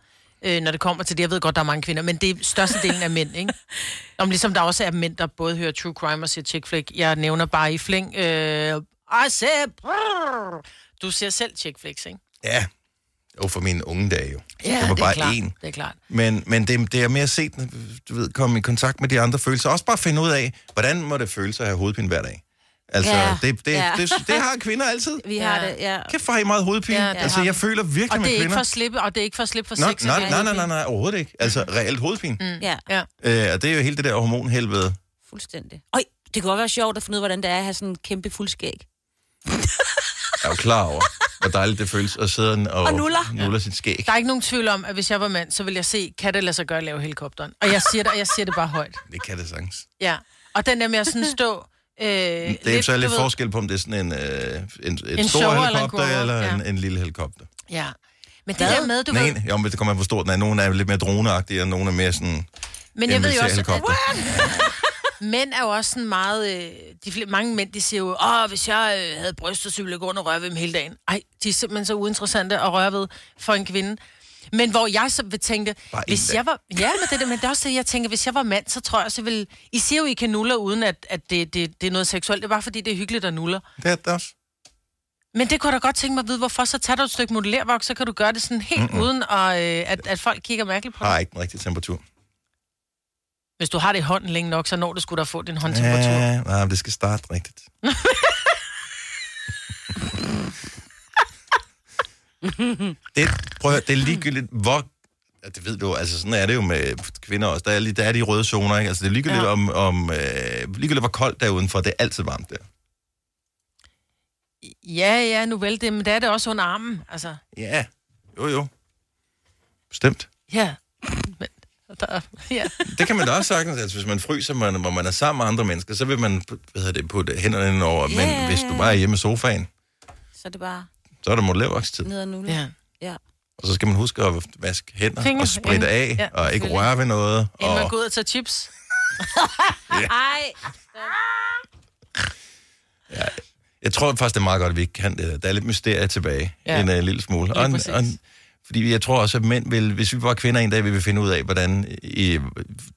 Speaker 2: øh, når det kommer til det. Jeg ved godt, der er mange kvinder, men det er størstedelen af mænd, ikke? Om ligesom der også er mænd, der både hører true crime og ser chick flick. Jeg nævner bare i flæng. Øh, I say, brrr. du ser selv chick flicks, ikke?
Speaker 1: Ja. Og for mine unge dage jo. det var bare
Speaker 2: klart.
Speaker 1: én.
Speaker 2: Det er klart.
Speaker 1: Men, men det, det er mere set, du ved, komme i kontakt med de andre følelser. Også bare finde ud af, hvordan må det føles at have hovedpine hver dag? Altså, ja,
Speaker 3: Ja,
Speaker 1: det, det, ja.
Speaker 3: ja.
Speaker 1: det, det har kvinder altid.
Speaker 3: Vi har det, ja.
Speaker 1: Kæft, hvor har I meget hovedpine. Ja,
Speaker 2: Ja, det
Speaker 1: altså,
Speaker 2: har
Speaker 1: jeg føler virkelig
Speaker 2: Og
Speaker 1: med
Speaker 2: det er ikke
Speaker 1: kvinder.
Speaker 2: for at slippe, og det er ikke for at slippe <laughs> for
Speaker 1: Nå,
Speaker 2: sex.
Speaker 1: nej,
Speaker 2: det er
Speaker 1: nej, nej,
Speaker 2: hovedpine.
Speaker 1: nej, nej, overhovedet ikke. Altså, reelt hovedpine. Mm.
Speaker 3: Ja,
Speaker 2: Ja.
Speaker 1: Øh, og det er jo hele det der hormonhelvede.
Speaker 3: fuldstændig. Øj, det kunne godt være sjovt at finde ud af, hvordan det er at have sådan en kæmpe fuldskæg.
Speaker 1: Jeg er jo klar over, hvor dejligt det føles at sidde og,
Speaker 3: Og nuller.
Speaker 1: nuller sit skæg.
Speaker 2: Der er ikke nogen tvivl om, at hvis jeg var mand, så ville jeg se, kan det lade sig gøre at lave helikopteren? Og jeg siger det, og jeg siger det bare højt.
Speaker 1: Det kan det sagtens.
Speaker 2: Ja. Og den der med at sådan stå... Øh,
Speaker 1: Det er lidt, så
Speaker 2: du
Speaker 1: lidt
Speaker 2: ved-
Speaker 1: forskel på, om det er sådan en, øh, en, en,
Speaker 2: En
Speaker 1: stor
Speaker 2: show eller en
Speaker 1: helikopter
Speaker 2: grower,
Speaker 1: eller,
Speaker 2: ja.
Speaker 1: en, en lille helikopter.
Speaker 2: Ja. Men det der med, du
Speaker 1: Nej,
Speaker 2: ved...
Speaker 1: en, jo, men det kommer an på, hvor stor den er. Nogle er lidt mere droneagtige, og nogle er mere sådan...
Speaker 2: Men jeg ved jo også,
Speaker 1: helikopter.
Speaker 2: at <laughs> mænd er jo også sådan meget... Øh, de flere, mange mænd, de siger jo, åh, hvis jeg øh, havde bryster, så ville jeg gå rundt og røre ved dem hele dagen. Ej, de er simpelthen så uinteressante at røre ved for en kvinde. Men hvor jeg så vil tænke,
Speaker 1: Bare en
Speaker 2: hvis
Speaker 1: dag.
Speaker 2: jeg var... Ja, men det, er det, men det er også det, jeg tænker, hvis jeg var mand, så tror jeg, så ville... I siger jo, I kan nuller, uden at, at det, det, det, er noget seksuelt. Det er bare fordi, det er hyggeligt at nuller.
Speaker 1: Det er det også.
Speaker 2: Men det kunne jeg da godt tænke mig at vide, hvorfor så tager du et stykke modellervoks, så kan du gøre det sådan helt mm-hmm. uden, og, øh, at, at folk kigger mærkeligt på dig.
Speaker 1: Har ikke den rigtige temperatur.
Speaker 2: Hvis du har det i hånden længe nok, så når du skulle da få din håndtemperatur.
Speaker 1: Ja, nej, men det skal starte rigtigt. det, prøv at, høre, det er ligegyldigt, hvor... Ja, det ved du, jo, altså sådan er det jo med kvinder også. Der er, lige- der er de røde zoner, ikke? Altså det er ligegyldigt, ja.
Speaker 2: Ja.
Speaker 1: om, om, øh, ligegyldigt hvor koldt der er udenfor. Det er altid varmt der.
Speaker 2: <laughs> Ja, ja, nu vel det, men der er det også under armen, altså.
Speaker 1: Ja, jo jo. Bestemt.
Speaker 2: Ja. Men, der, ja.
Speaker 1: Det kan man da også sagtens. Altså, hvis man fryser, man, hvor man er sammen med andre mennesker, så vil man hvad hedder det, putte hænderne ind over. Yeah. Men
Speaker 3: Ja.
Speaker 1: hvis du bare er hjemme i sofaen,
Speaker 3: Så er det bare
Speaker 1: så er der modellervokstid.
Speaker 3: ned og nulle.
Speaker 2: ja.
Speaker 3: ja.
Speaker 1: Og så skal man huske at vaske hænder Finger,
Speaker 2: Fingre,
Speaker 1: og spritte
Speaker 2: ja.
Speaker 1: af, ja,
Speaker 2: Ja,
Speaker 1: og ikke
Speaker 2: selvfølgelig.
Speaker 1: røre ved noget.
Speaker 2: Inden man
Speaker 1: Og
Speaker 2: går ud og tager
Speaker 1: <laughs>
Speaker 2: chips.
Speaker 3: Ej,
Speaker 1: jeg tror faktisk, det er meget godt, at vi ikke kan det. her. Der er lidt mysterie tilbage, ja.
Speaker 2: Ja.
Speaker 1: en uh, lille smule.
Speaker 2: Lige
Speaker 1: Og, en-
Speaker 2: præcis.
Speaker 1: og, en- fordi jeg tror også, at mænd vil, hvis vi var kvinder en dag, ville vi finde ud af, hvordan I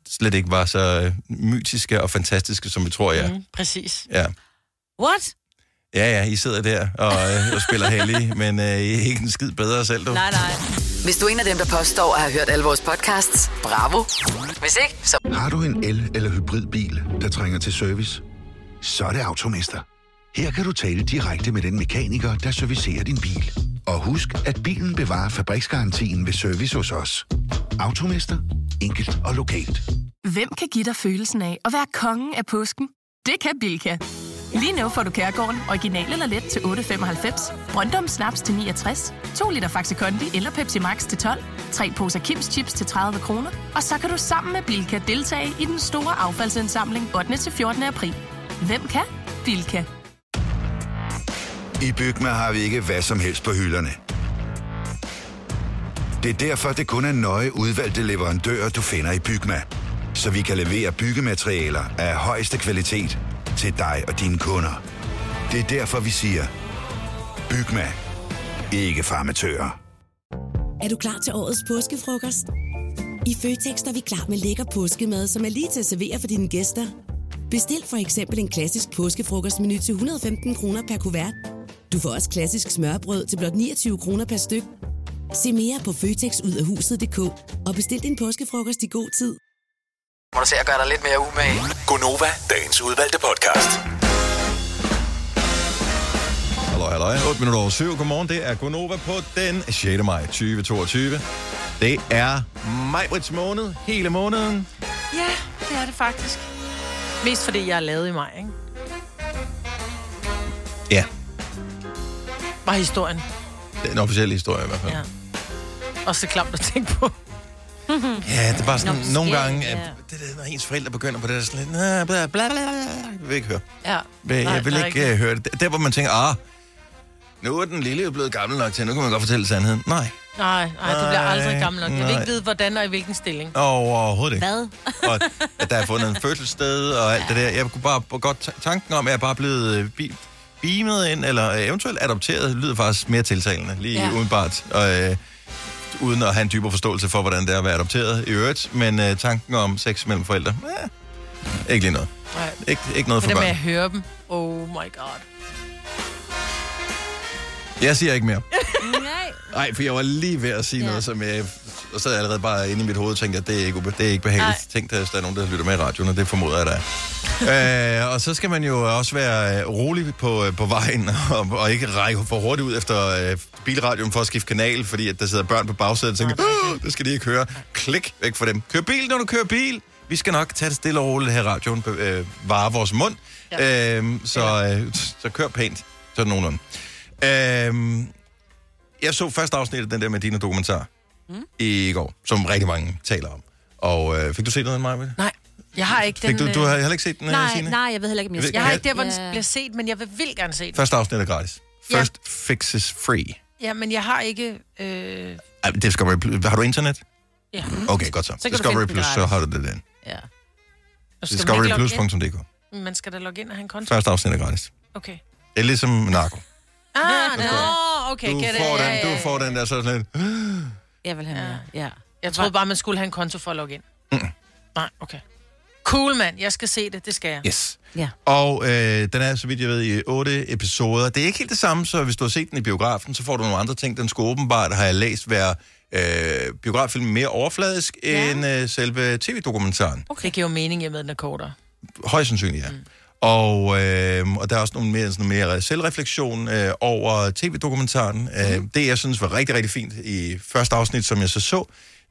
Speaker 1: slet ikke var så øh, mytiske og fantastiske, som vi tror, jeg er.
Speaker 2: Mm, præcis.
Speaker 1: Ja.
Speaker 3: what?
Speaker 1: ja, ja, I sidder der og, øh, og spiller hellige, men øh, I er ikke en skid bedre selv, du.
Speaker 3: Nej, nej.
Speaker 5: Hvis du er en af dem, der påstår at have hørt alle vores podcasts, bravo. Hvis ikke, så
Speaker 7: Har du en el- eller hybridbil, der trænger til service? Så er det Automester. Her kan du tale direkte med den mekaniker, der servicerer din bil. Og husk, at bilen bevarer fabriksgarantien ved service hos os. Automester. Enkelt og lokalt.
Speaker 8: Hvem kan give dig følelsen af at være kongen af påsken? Det kan Bilka! Lige nu får du Kærgården original eller let til 8.95, Brøndum Snaps til 69, 2 liter Faxi Kondi eller Pepsi Max til 12, 3 poser Kims Chips til 30 kroner, og så kan du sammen med Bilka deltage i den store affaldsindsamling 8. til 14. april. Hvem kan? Bilka.
Speaker 9: Mm.
Speaker 7: I Bygma har vi ikke hvad som helst på hylderne. Det er derfor, det kun er nøje udvalgte leverandører, du finder i Bygma. Så vi kan levere byggematerialer af højeste kvalitet til dig og dine kunder. Det er derfor, vi siger, Bygma. Ikke farmatører.
Speaker 10: Er du klar til årets påskefrokost? I Føtex er vi klar med lækker påskemad, som er lige til at servere for dine gæster. Bestil for eksempel en klassisk påskefrokostmenu til 115 kroner per kuvert. Du får også klassisk smørbrød til blot 29 kroner per styk. Se mere på føtexudafhuset.dk og bestil din påskefrokost i god tid.
Speaker 5: Må du se at gøre dig lidt mere umage.
Speaker 6: Gonova, dagens udvalgte podcast.
Speaker 1: Hallo, hallo. 8 minutter over 7. Godmorgen. Det er Gonova på den 6. maj 2022. Det er majbrits måned. Hele måneden.
Speaker 2: Ja, det er det faktisk. Mest fordi jeg er lavet i maj, ikke?
Speaker 1: Ja,
Speaker 2: Var historien.
Speaker 1: det er en officiel historie i hvert fald.
Speaker 2: Ja. Og så klamt at tænke på.
Speaker 1: Ja, det er bare sådan,
Speaker 2: Nå,
Speaker 1: nogle
Speaker 2: sker-
Speaker 1: gange,
Speaker 2: ja.
Speaker 1: ja. det der, når ens forældre begynder på det, der er sådan lidt, "Nå, bla, bla, bla, bla." jeg vil ikke høre.
Speaker 2: Ja.
Speaker 1: Vil,
Speaker 2: Nej,
Speaker 1: jeg vil
Speaker 2: det er
Speaker 1: ikke
Speaker 2: rigtigt.
Speaker 1: uh, høre det. Der, hvor man tænker, ah, nu er den lille jo blevet gammel nok til, nu kan man godt fortælle sandheden. Nej,
Speaker 2: Nej, nej, du bliver aldrig
Speaker 1: Nej,
Speaker 2: gammel nok. Jeg vil
Speaker 1: nej.
Speaker 2: ikke vide, hvordan og i hvilken stilling.
Speaker 1: overhovedet ikke.
Speaker 3: Hvad?
Speaker 1: og at der er fundet en fødselssted og alt det der. Jeg kunne bare godt ta- tanken om, at jeg bare er blevet øh, bi- beamet ind, eller øh, eventuelt adopteret, lyder faktisk mere tiltalende, lige ja.
Speaker 3: Ja.
Speaker 1: udenbart. Og, øh, uden at have en dybere forståelse for, hvordan det er at være adopteret i øvrigt. Men øh, tanken om sex mellem forældre, ja, ikke lige noget.
Speaker 2: Nej.
Speaker 1: Ikke, ikke noget
Speaker 2: Men
Speaker 1: for
Speaker 2: det med
Speaker 1: børn.
Speaker 2: at høre dem. Oh my god.
Speaker 1: Jeg siger ikke mere.
Speaker 3: Nej.
Speaker 1: Nej, for jeg var lige ved at sige ja.
Speaker 3: Ja.
Speaker 1: noget, som jeg... Og så er jeg allerede bare inde i mit hoved og tænkte, at det er ikke, ube- det er ikke behageligt.
Speaker 2: Nej.
Speaker 1: Tænk, at der er nogen, der lytter med i radioen, og det formoder jeg, der er. <laughs> øh, og så skal man jo også være øh, rolig på, øh, på vejen, <laughs> og, og ikke række for hurtigt ud efter øh, bilradioen for at skifte kanal, fordi at der sidder børn på bagsædet og tænker, "Åh, det skal de ikke høre. Klik væk fra dem. Kør bil, når du kører bil. Vi skal nok tage det stille og roligt her i radioen, be- øh, vare vores mund. Ja. Øh, så, øh, så kør pænt, sådan nogenlunde. Øh, jeg så første afsnit af den der med dine dokumentar mm. i går, som rigtig mange taler om. Og øh, fik du set noget af mig? Fik
Speaker 2: Nej, jeg har ikke den...
Speaker 1: du, du
Speaker 2: øh,
Speaker 1: har heller ikke set den, øh,
Speaker 3: Nej,
Speaker 1: Signe?
Speaker 3: nej, jeg ved heller ikke, om jeg
Speaker 1: Jeg
Speaker 3: skal.
Speaker 2: Jeg har
Speaker 1: Ja.
Speaker 2: ikke der, hvor den
Speaker 3: Ja.
Speaker 2: bliver set, men jeg vil vildt gerne se den.
Speaker 1: Første afsnit er gratis.
Speaker 2: Ja.
Speaker 1: First ja. fixes free.
Speaker 2: Ja, men jeg har ikke... Øh...
Speaker 1: Ej, men Det skal Plus. Har du internet?
Speaker 2: Ja.
Speaker 1: Mm. Okay, godt så.
Speaker 3: kan du
Speaker 1: Discovery
Speaker 3: finde den
Speaker 1: Plus, så
Speaker 3: gratis.
Speaker 1: har du det den.
Speaker 3: Ja.
Speaker 2: Skal man ikke logge ind?
Speaker 1: Discoveryplus.dk.
Speaker 2: Man skal da logge ind og have en konto.
Speaker 1: Første afsnit er gratis.
Speaker 2: Okay.
Speaker 1: Det er ligesom narko.
Speaker 2: Ah, no, okay,
Speaker 1: Du
Speaker 2: get it.
Speaker 1: får
Speaker 2: Ja,
Speaker 1: den,
Speaker 2: ja,
Speaker 1: du
Speaker 2: ja.
Speaker 1: får den der sådan lidt.
Speaker 3: Jeg vil have mere. Ja.
Speaker 2: Jeg troede bare, man skulle have en konto for at logge ind. Nej, okay. Cool, mand. Jeg skal se det. Det skal jeg.
Speaker 1: Yes.
Speaker 3: Ja.
Speaker 1: Og øh, den er, så vidt jeg ved, i otte episoder. Det er ikke helt det samme, så hvis du har set den i biografen, så får du nogle andre ting. Den skulle åbenbart, har jeg læst, være øh, biograffilmen mere overfladisk ja. end øh, selve tv-dokumentaren.
Speaker 2: Okay. Det giver jo mening, i og med, at den er kortere.
Speaker 1: Højst sandsynligt, ja. Mm. Og, øh, og der er også nogle mere, sådan noget mere selvreflektion øh, over tv-dokumentaren. Mm. Øh, det, jeg synes var rigtig, rigtig fint i første afsnit, som jeg så så,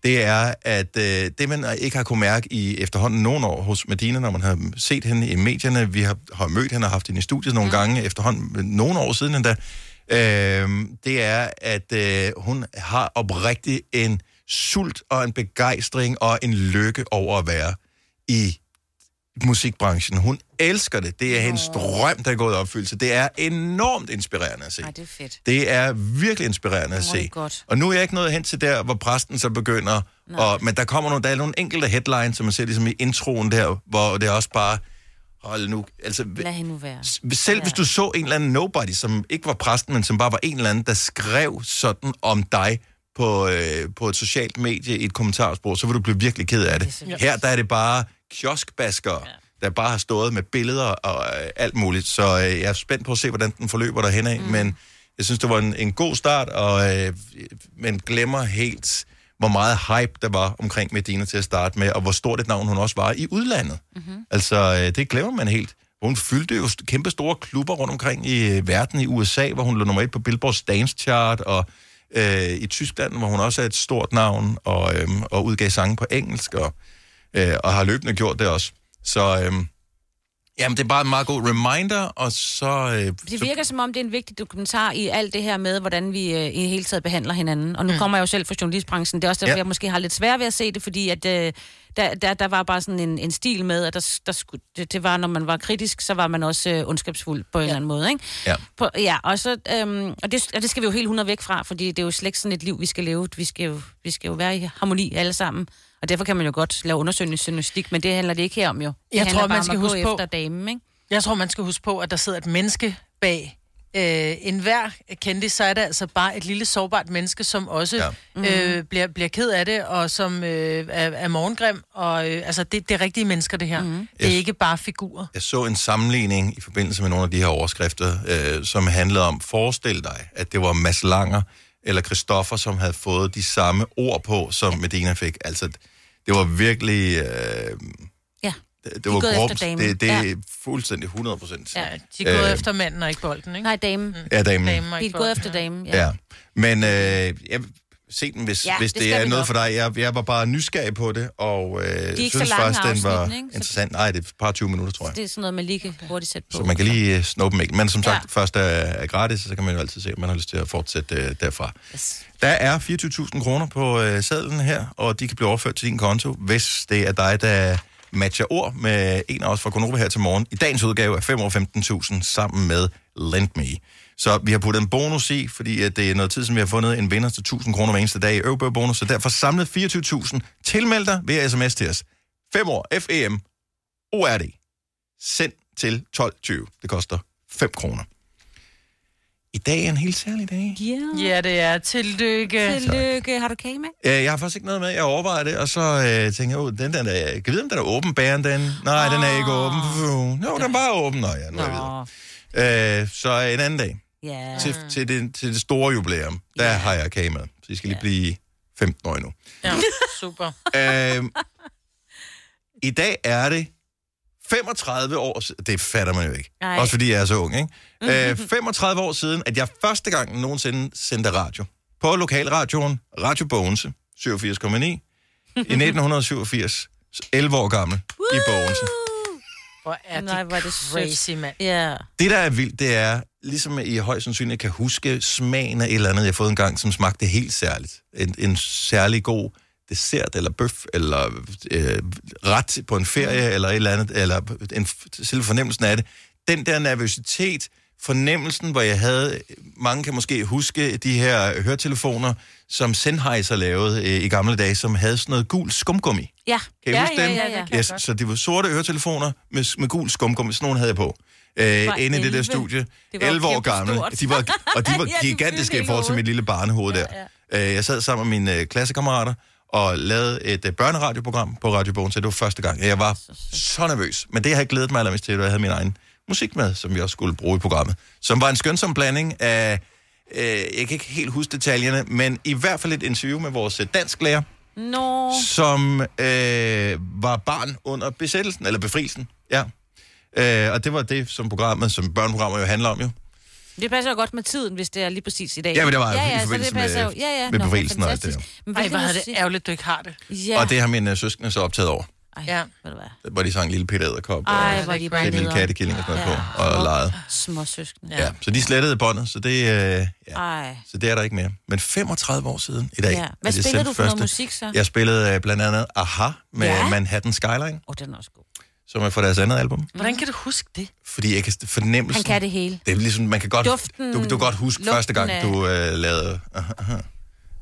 Speaker 1: det er, at øh, det, man ikke har kunne mærke i efterhånden nogle år hos Medina, når man har set hende i medierne, vi har, har mødt hende og haft hende i studiet nogle mm. gange efterhånden, øh, nogle år siden endda, øh, det er, at øh, hun har oprigtigt en sult og en begejstring og en lykke over at være i musikbranchen. Hun elsker det. Det er hendes drøm, der er gået i opfyldelse. Det er enormt inspirerende at se.
Speaker 3: Ej, det er fedt.
Speaker 1: Det er virkelig inspirerende at
Speaker 3: Hvor er det
Speaker 1: se.
Speaker 3: godt.
Speaker 1: Og nu er jeg ikke nået hen til der, hvor præsten så begynder. Og, men der kommer nogle, der er nogle enkelte headlines, som man ser ligesom i introen der, hvor det er også bare, hold nu, altså...
Speaker 3: Lad hende nu være.
Speaker 1: s- Selv ja. hvis
Speaker 3: Ja.
Speaker 1: du så en eller anden nobody, som ikke var præsten, men som bare var en eller anden, der skrev sådan om dig på, øh, på et socialt medie i et kommentarspor, så vil du blive virkelig ked af det.
Speaker 3: simpelthen-
Speaker 1: Her der er det bare kioskbaskere, ja. der bare har stået med billeder og øh, alt muligt. Så øh, jeg er spændt på at se, hvordan den forløber derhen af. Mm. Men jeg synes, det var en, en god start, og øh, man glemmer helt, hvor meget hype der var omkring Medina til at starte med, og hvor stort et navn hun også var i udlandet. Mm-hmm. Altså, øh, det glemmer man helt. Hun fyldte jo st- kæmpe store klubber rundt omkring i øh, verden i USA, hvor hun lå nummer et på Billboard's Dance Chart, og øhm, øh, i Tyskland, hvor hun også er et stort navn, og, øh, og udgav sange på engelsk, og øh, og har løbende gjort det også. Så øh, jamen, det er bare en meget god reminder, og så... Øh,
Speaker 3: Det virker som om, det er en vigtig dokumentar i alt det her med, hvordan vi øh, i hele taget behandler hinanden. Og nu mm. kommer jeg jo selv fra journalistbranchen. Det er også derfor,
Speaker 1: Ja.
Speaker 3: ja. jeg måske har lidt svært ved at se det, fordi at, øh, der, der, der var bare sådan en, en stil med, at der, s- der skulle, det, det var, når man var kritisk, så var man også øh, ondskabsfuld på en ja. eller anden måde. Ikke?
Speaker 1: Ja.
Speaker 3: På, ja, og, så, øhm, og, det, og det skal vi jo helt 100 væk fra, fordi det er jo slet ikke sådan et liv, vi skal leve. Vi skal jo, vi skal jo være i harmoni alle sammen. Og derfor kan man jo godt lave undersøgende journalistik, men det handler det ikke her om jo. Det
Speaker 2: Jeg
Speaker 3: handler
Speaker 2: tror,
Speaker 3: bare
Speaker 2: man
Speaker 3: om
Speaker 2: skal
Speaker 3: at gå
Speaker 2: huske på,
Speaker 3: efter damen, ikke?
Speaker 2: jeg tror, man skal huske på, at der sidder et menneske bag øh, en hver kendis, så er det altså bare et lille sårbart menneske, som også
Speaker 3: Mhm.
Speaker 2: ja. øh, bliver, bliver ked af det, og som øh, er, er morgengrim. Og, øh, altså, det, det er rigtige mennesker, det her.
Speaker 3: Mhm.
Speaker 2: Mm. Det er
Speaker 1: Yes.
Speaker 2: ikke bare figurer.
Speaker 1: Jeg så en sammenligning i forbindelse med nogle af de her overskrifter, øh, som handlede om, forestil dig, at det var Mads Langer eller Christoffer, som havde fået de samme ord på, som Medina fik. Altså, det var virkelig... Øh,
Speaker 3: Ja.
Speaker 1: det,
Speaker 3: De
Speaker 1: det
Speaker 3: er
Speaker 1: var
Speaker 3: gået efter
Speaker 1: grums.
Speaker 3: damen.
Speaker 1: Det, det er
Speaker 3: Ja.
Speaker 1: fuldstændig 100 procent.
Speaker 2: Ja, de er gået øh, efter manden og ikke bolden, ikke?
Speaker 3: Nej, damen. Mm.
Speaker 1: Ja, damen.
Speaker 2: Damen og
Speaker 3: De
Speaker 2: ikke
Speaker 3: er gået
Speaker 2: bolden.
Speaker 3: efter damen, Mm, ja.
Speaker 1: Ja. ja. Men øh, jeg, se den, hvis, ja,
Speaker 3: Ja,
Speaker 1: hvis det,
Speaker 3: det
Speaker 1: det
Speaker 3: skal
Speaker 1: er
Speaker 3: vi
Speaker 1: noget
Speaker 3: nok.
Speaker 1: for dig. Jeg, jeg var bare nysgerrig på det, og øh,
Speaker 3: ikke så
Speaker 1: synes
Speaker 3: lange
Speaker 1: faktisk, den var
Speaker 3: afsnittene, ikke? Så-
Speaker 1: interessant. Nej, det er et par 20 minutter, tror jeg.
Speaker 3: Det er sådan noget, man lige kan hurtigt sætte på.
Speaker 1: Så man kan lige øh, snuppe dem ikke. Men som sagt,
Speaker 3: Ja.
Speaker 1: først er, er gratis, så kan man jo altid se, om man har lyst til at fortsætte øh, derfra. Yes. Der er 24.000 kroner på øh, sadlen her, og de kan blive overført til din konto, hvis det er dig, der matcher ord med en af os fra Konoba her til morgen. I dagens udgave er 5 år 15.000 sammen med LendMe. Så vi har puttet en bonus i, fordi at det er noget tid, som vi har fundet en vinder til 1.000 kroner hver eneste dag i Øvbøger bonus, så derfor samlet 24.000. Tilmeld dig via sms til os. 5 år FEM E ORD send til 12.20. Det koster 5 kroner. I dag er en helt særlig dag.
Speaker 3: Yeah.
Speaker 2: Ja, det er. Tillykke.
Speaker 3: Tillykke. Har du kage med?
Speaker 1: Øh, Jeg har faktisk ikke noget med. Jeg overvejer det, og så øh, tænker jeg, "Åh, den der, jeg kan jeg vide, om den er åben, bæren den? Nej, oh. den er ikke åben. Puh. Jo, den var åben. Nå ja, nu er jeg videre. Øh, så en anden dag.
Speaker 3: Ja.
Speaker 1: Til, til, det, til det store jubilæum, der har jeg kage med. Så I skal lige blive 15 år endnu.
Speaker 3: <laughs>
Speaker 2: Ja, super.
Speaker 1: Øh, I dag er det 35 år siden. Det fatter man jo ikke.
Speaker 3: Nej.
Speaker 1: Også fordi jeg er så ung, ikke? Øh, 35 år siden, at jeg første gang nogensinde sendte radio. På lokalradioen, Radio Bogense, 87,9. I 1987, 11 år gammel, i Bogense.
Speaker 2: Hvor er
Speaker 3: Nej,
Speaker 2: det
Speaker 3: hvor er det sødt.
Speaker 2: crazy, mand.
Speaker 3: Ja.
Speaker 1: Det, der er vildt, det er, ligesom I højst sandsynligt kan huske smagen af et eller andet, jeg har fået en gang, som smagte helt særligt. En, en særlig god dessert, eller bøf, eller øh, ret på en ferie, eller et eller andet, eller en, selv fornemmelsen af det. Den der nervøsitet, fornemmelsen, hvor jeg havde, mange kan måske huske de her høretelefoner, som Sennheiser lavede øh, i gamle dage, som havde sådan noget gul skumgummi.
Speaker 3: Ja.
Speaker 1: Kan I
Speaker 3: ja,
Speaker 1: huske
Speaker 3: ja,
Speaker 1: dem?
Speaker 3: ja, ja.
Speaker 1: Yes, så det var sorte øretelefoner med, med gul skumgummi. Sådan nogle havde jeg på. Øh, inde i det der
Speaker 3: 11.
Speaker 1: studie.
Speaker 3: Det var jo
Speaker 1: 11 år
Speaker 3: kæmpestort.
Speaker 1: gammel. De var, og de
Speaker 3: <laughs> Ja,
Speaker 1: var
Speaker 3: de fyldte
Speaker 1: gigantiske i
Speaker 3: hele
Speaker 1: forhold til mit lille barnehoved der. Øh, jeg sad sammen med mine øh, klassekammerater og lavede et øh, børneradioprogram på Radio Bogen, så det var første gang. Jeg var så nervøs. Men det har jeg glædet mig allermest til, at jeg havde min egen musik med, som jeg også skulle bruge i programmet. Som var en skønsom blanding af... Øh, jeg kan ikke helt huske detaljerne, men i hvert fald et interview med vores øh, dansklærer,
Speaker 3: Nå.
Speaker 1: som øh, var barn under besættelsen, eller befrielsen, ja. Øh, og det var det, som programmet, som børneprogrammer jo handler om jo.
Speaker 3: Det passer jo godt med tiden, hvis det er lige præcis i dag.
Speaker 1: Ja, men det var jo
Speaker 3: ja,
Speaker 1: i
Speaker 3: ja, så
Speaker 1: forbindelse
Speaker 3: det passer
Speaker 1: med-
Speaker 3: jo. ja, ja.
Speaker 1: med
Speaker 3: Nå,
Speaker 1: befrielsen og alt det
Speaker 3: fantastisk. Men
Speaker 2: Ej, hvor
Speaker 3: hvilken
Speaker 2: er det
Speaker 3: musik-
Speaker 2: ærgerligt, du ikke har det.
Speaker 3: Ja.
Speaker 1: Og det har mine øh, søskende så optaget over,
Speaker 3: Ej,
Speaker 2: Ja.
Speaker 3: ved du hvad?
Speaker 1: hvor de sang Lille Peter Edderkop
Speaker 3: Ej,
Speaker 1: og
Speaker 3: hvor er de bare
Speaker 1: Den Lille
Speaker 3: nederen.
Speaker 1: Kattekilling og sådan noget
Speaker 3: Ja.
Speaker 1: på, og legede.
Speaker 3: Små søskende.
Speaker 1: Ja. Så de slettede båndet, så det, øh, ja.
Speaker 3: Ej.
Speaker 1: så det er der ikke mere. Men 35 år siden i dag.
Speaker 3: Ja.
Speaker 1: at
Speaker 3: Hvad
Speaker 1: jeg
Speaker 3: spiller
Speaker 1: sendte
Speaker 3: du for noget musik, så?
Speaker 1: Jeg spillede øh, blandt andet Aha med ja.
Speaker 3: Ja.
Speaker 1: Manhattan Skyline,
Speaker 3: Åh, den er også god.
Speaker 1: som er fra deres andet album.
Speaker 2: Hvordan kan du huske det?
Speaker 1: Fordi jeg kan fornemme...
Speaker 3: Han kan det hele.
Speaker 1: Det er ligesom, man kan godt,
Speaker 3: Duften,
Speaker 1: du, du kan godt huske
Speaker 3: lugten
Speaker 1: første gang,
Speaker 3: af-
Speaker 1: du øh, lavede... Aha, aha,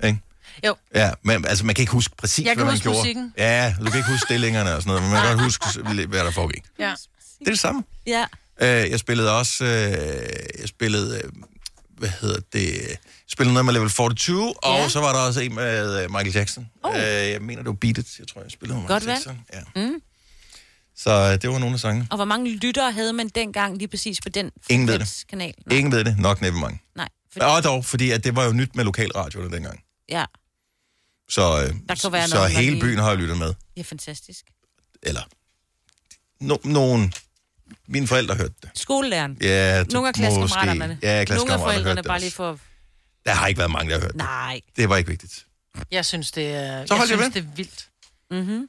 Speaker 1: ikke?
Speaker 2: Jo.
Speaker 1: Ja, men altså, man kan ikke huske præcis,
Speaker 2: Jeg kan
Speaker 1: hvad man
Speaker 2: huske
Speaker 1: gjorde.
Speaker 2: musikken.
Speaker 1: Ja, du kan ikke huske stillingerne og sådan noget, men man kan godt huske, hvad der foregik.
Speaker 2: Ja.
Speaker 1: Det er det samme.
Speaker 3: Ja.
Speaker 1: Øh, jeg spillede også... Øh, jeg spillede... Øh, hvad hedder det? Jeg spillede noget med Level 42, og
Speaker 3: Ja.
Speaker 1: så var der også en med øh, Michael Jackson. Oh. Øh, jeg mener, det var Beat It, jeg tror, jeg spillede med Michael
Speaker 3: Godt valg.
Speaker 1: Jackson. Ja. Mm. Så øh, det var nogle af sangene.
Speaker 3: Og hvor mange lyttere havde man dengang lige præcis på den
Speaker 1: Ingen ved det.
Speaker 3: frekvens- kanal? Nej,
Speaker 1: Ingen ved det, nok næppe mange.
Speaker 3: nej. Fordi,
Speaker 1: Og dog, fordi at det var jo nyt med lokalradioerne dengang.
Speaker 3: ja,
Speaker 1: Så, øh,
Speaker 3: Der kan være
Speaker 1: så
Speaker 3: nogen, der
Speaker 1: hele
Speaker 3: lige-
Speaker 1: byen har jo lyttet med.
Speaker 3: det er fantastisk.
Speaker 1: Eller no, nogen. Mine forældre hørte det.
Speaker 3: Skolelæreren.
Speaker 1: Ja, det-
Speaker 3: Nogle af klassekammeraterne.
Speaker 1: måske. Ja,
Speaker 3: Nogle af
Speaker 1: klassekammeraterne hørte
Speaker 3: forældrene
Speaker 1: det
Speaker 3: bare
Speaker 1: også.
Speaker 3: lige for...
Speaker 1: Der har ikke været mange, der har hørt det.
Speaker 3: Nej.
Speaker 1: Det var ikke vigtigt.
Speaker 2: Jeg synes, det er,
Speaker 1: Så
Speaker 2: jeg
Speaker 1: hold jer
Speaker 2: synes,
Speaker 1: ved.
Speaker 3: Mm-hmm.
Speaker 2: det er vildt.
Speaker 1: Det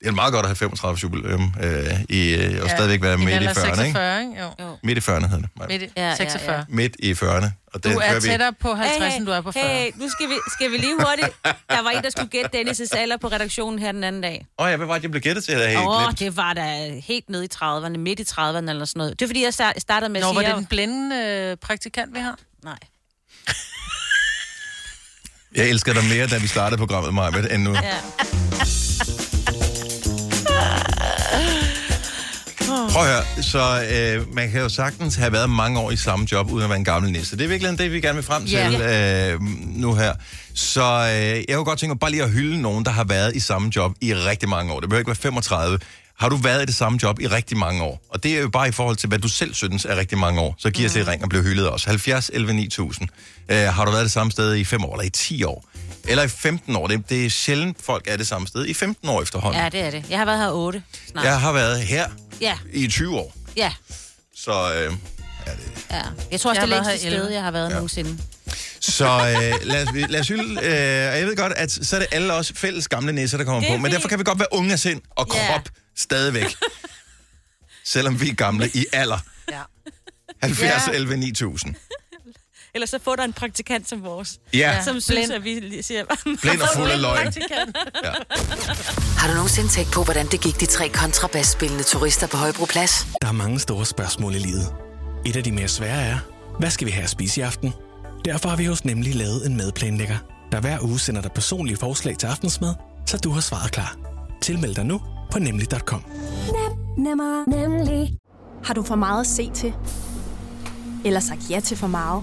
Speaker 1: Det er meget godt at have 35 jubilæum øh, i, øh, og
Speaker 2: Ja.
Speaker 1: stadigvæk være
Speaker 2: En
Speaker 1: midt i
Speaker 2: alder af
Speaker 1: 40'erne, ikke?
Speaker 2: 46, ikke? Jo. jo.
Speaker 1: Midt i 40'erne hedder det. Maja.
Speaker 2: Midt i, ja, 46. Ja, ja.
Speaker 1: Midt i 40'erne. Og
Speaker 2: Du
Speaker 1: den kører
Speaker 2: er
Speaker 1: vi-
Speaker 2: tættere på 50, hey, end du er på 40.
Speaker 3: Hey, nu skal vi, skal vi lige hurtigt. Der var en, der skulle gætte Dennis' alder på redaktionen her den anden dag.
Speaker 1: Åh oh, ja, hvad var det, jeg blev gættet til? Jeg havde helt
Speaker 3: Åh, oh,
Speaker 1: glemt.
Speaker 3: det var da helt nede i 30'erne, midt i 30'erne eller sådan noget. Det er fordi, jeg star- startede med at
Speaker 2: Når var
Speaker 3: sige...
Speaker 2: det den blændende øh, praktikant, vi har?
Speaker 3: Nej.
Speaker 1: Jeg elsker dig mere, da vi startede programmet, Maja, end nu. Ja. Prøv at høre, så øh, man kan jo sagtens have været mange år i samme job, uden at være en gammel næste. Det er virkelig det, vi gerne vil frem til
Speaker 11: Ja.
Speaker 1: yeah. øh, nu her. Så øh, jeg kunne godt tænke mig bare lige at hylde nogen, der har været i samme job i rigtig mange år. Det behøver ikke være 35. Har du været i det samme job i rigtig mange år? Og det er jo bare i forhold til, hvad du selv synes er rigtig mange år. Så giver mm. det ring og bliver hyldet også. 70 11 9000. Øh, har du været det samme sted i 5 år, eller i 10 år? Eller i 15 år? Det, det er sjældent, folk er det samme sted i 15 år efterhånden.
Speaker 3: Ja, det er det. Jeg har været her 8 snart.
Speaker 1: Jeg har været her
Speaker 3: Ja,
Speaker 1: i 20 år.
Speaker 3: ja,
Speaker 1: Så, øh,
Speaker 3: ja. Jeg tror også,
Speaker 2: Jeg
Speaker 3: det
Speaker 2: har
Speaker 3: er
Speaker 2: været
Speaker 3: længste
Speaker 2: her 11.
Speaker 3: sted, jeg har været ja. nogensinde.
Speaker 1: så øh, lad, os, lad os hylde. Øh, og jeg ved godt, at så er det alle os fælles gamle næser, der kommer
Speaker 3: Det
Speaker 1: på.
Speaker 3: er
Speaker 1: Men
Speaker 3: fordi-
Speaker 1: derfor kan vi godt være unge af sind og
Speaker 3: Ja.
Speaker 1: krop stadigvæk. Selvom vi er gamle i alder.
Speaker 3: <laughs>
Speaker 2: Ja.
Speaker 1: 70,
Speaker 3: Ja.
Speaker 1: 11, 9000.
Speaker 3: Eller så får der en praktikant som vores.
Speaker 1: Ja.
Speaker 3: Som synes,
Speaker 2: Blind.
Speaker 3: at vi lige siger...
Speaker 1: Blind og
Speaker 3: <laughs>
Speaker 1: fuld af løgn.
Speaker 2: Praktikant.
Speaker 5: Har du nogensinde tænkt på, hvordan det gik de tre kontrabasspillende turister på Højbroplads?
Speaker 12: Der er mange store spørgsmål i livet. Et af de mere svære er, hvad skal vi have at spise i aften? Derfor har vi hos Nemlig lavet en madplanlægger, der hver uge sender dig personlige forslag til aftensmad, så du har svaret klar. Tilmeld dig nu på nemlig.com.
Speaker 13: Nemmer, nemlig. Har du for meget at se til? Eller sagt ja til for meget?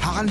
Speaker 14: Harald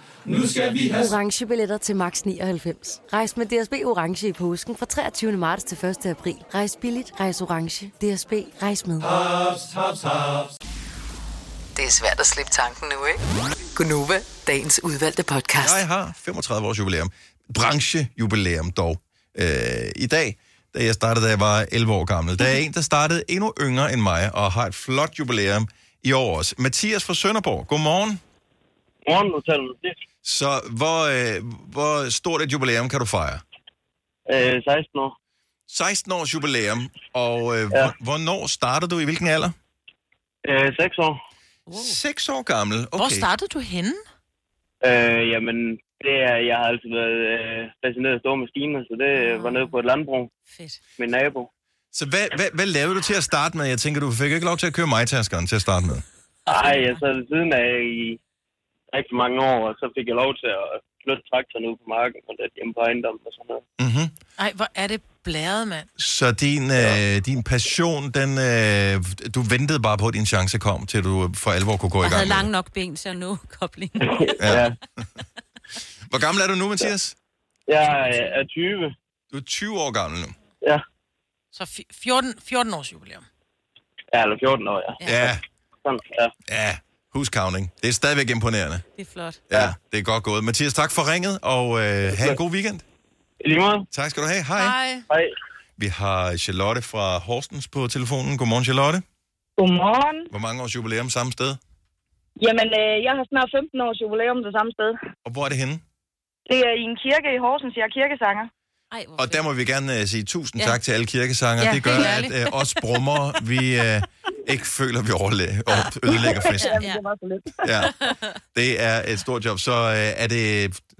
Speaker 15: Nu skal vi have...
Speaker 16: orange billetter til max 99. Rejs med DSB orange i påsken fra 23. marts til 1. april. Rejs billigt, rejs orange. DSB rejs med.
Speaker 15: Haps, haps, haps.
Speaker 5: Det er svært at slippe tanken nu, ikke? Gunova, dagens udvalgte podcast.
Speaker 1: Jeg har 35 års jubilæum. Branchejubilæum dog. Øh, I dag, da jeg startede, da jeg var 11 år gammel, der er
Speaker 5: Mhm.
Speaker 1: en, der startede endnu yngre end mig, og har et flot jubilæum i år også. Mathias fra Sønderborg, godmorgen. Godmorgen, Hotel Så hvor, øh, hvor stort et jubilæum kan du fejre? Øh, 16 år. 16 års jubilæum, og øh, ja. hvornår startede du? I hvilken alder? Øh, 6 år. Wow. 6 år gammel, okay.
Speaker 2: Hvor startede du henne?
Speaker 17: Øh, jamen, det er, jeg har altid været øh, fascineret af store maskiner, så det øh, var nede på et landbrug.
Speaker 2: Fedt.
Speaker 17: Min nabo.
Speaker 1: Så hvad, hvad, hvad lavede du til at starte med? Jeg tænker, du fik ikke lov til at køre mig-taskeren til at starte med.
Speaker 17: Ej, jeg sad ved siden af i rigtig mange år, og så fik jeg lov til at flytte traktoren ud på marken og lidt hjemme på ejendommen og sådan noget.
Speaker 1: Mm-hmm.
Speaker 2: Ej, hvor er det blæret, mand.
Speaker 1: Så din, øh, din passion, den, øh, du ventede bare på, at din chance kom, til du for alvor kunne gå i
Speaker 3: Jeg havde
Speaker 1: gang med
Speaker 3: lang nok ben til at nå koblingen.
Speaker 1: det. Ja. Hvor gammel er du nu, Mathias? Jeg er 20. Du er 20 år gammel nu? Ja.
Speaker 2: Så fi- 14, 14 års jubilæum.
Speaker 1: Ja, eller 14 år, ja. Ja. ja. ja. Who's counting? Det er stadigvæk imponerende.
Speaker 3: Det er flot.
Speaker 1: Ja, det er godt gået. Mathias, tak for ringet, og øh, have en god weekend. Lige måde. Tak skal du have. Hej.
Speaker 18: Hej.
Speaker 1: Vi har Charlotte fra Horsens på telefonen. Godmorgen, Charlotte.
Speaker 18: Godmorgen.
Speaker 1: Hvor mange års jubilæum samme sted?
Speaker 18: Jamen, øh, jeg har snart 15 års jubilæum det samme sted.
Speaker 1: Og hvor er det henne?
Speaker 18: Det er i en kirke i Horsens, jeg er kirkesanger.
Speaker 3: Ej,
Speaker 1: Og der må vi gerne uh, sige tusind
Speaker 18: Ja.
Speaker 1: ja. tak til alle kirkesanger.
Speaker 18: Ja,
Speaker 1: Ja, det gør,
Speaker 18: helt
Speaker 1: at
Speaker 18: ærligt.
Speaker 1: uh, os brummer, vi uh, ikke føler, vi overlæ- og ødelægger festen.
Speaker 18: ja. det var så lidt.
Speaker 1: Ja. Det er et stort job. Så uh, er det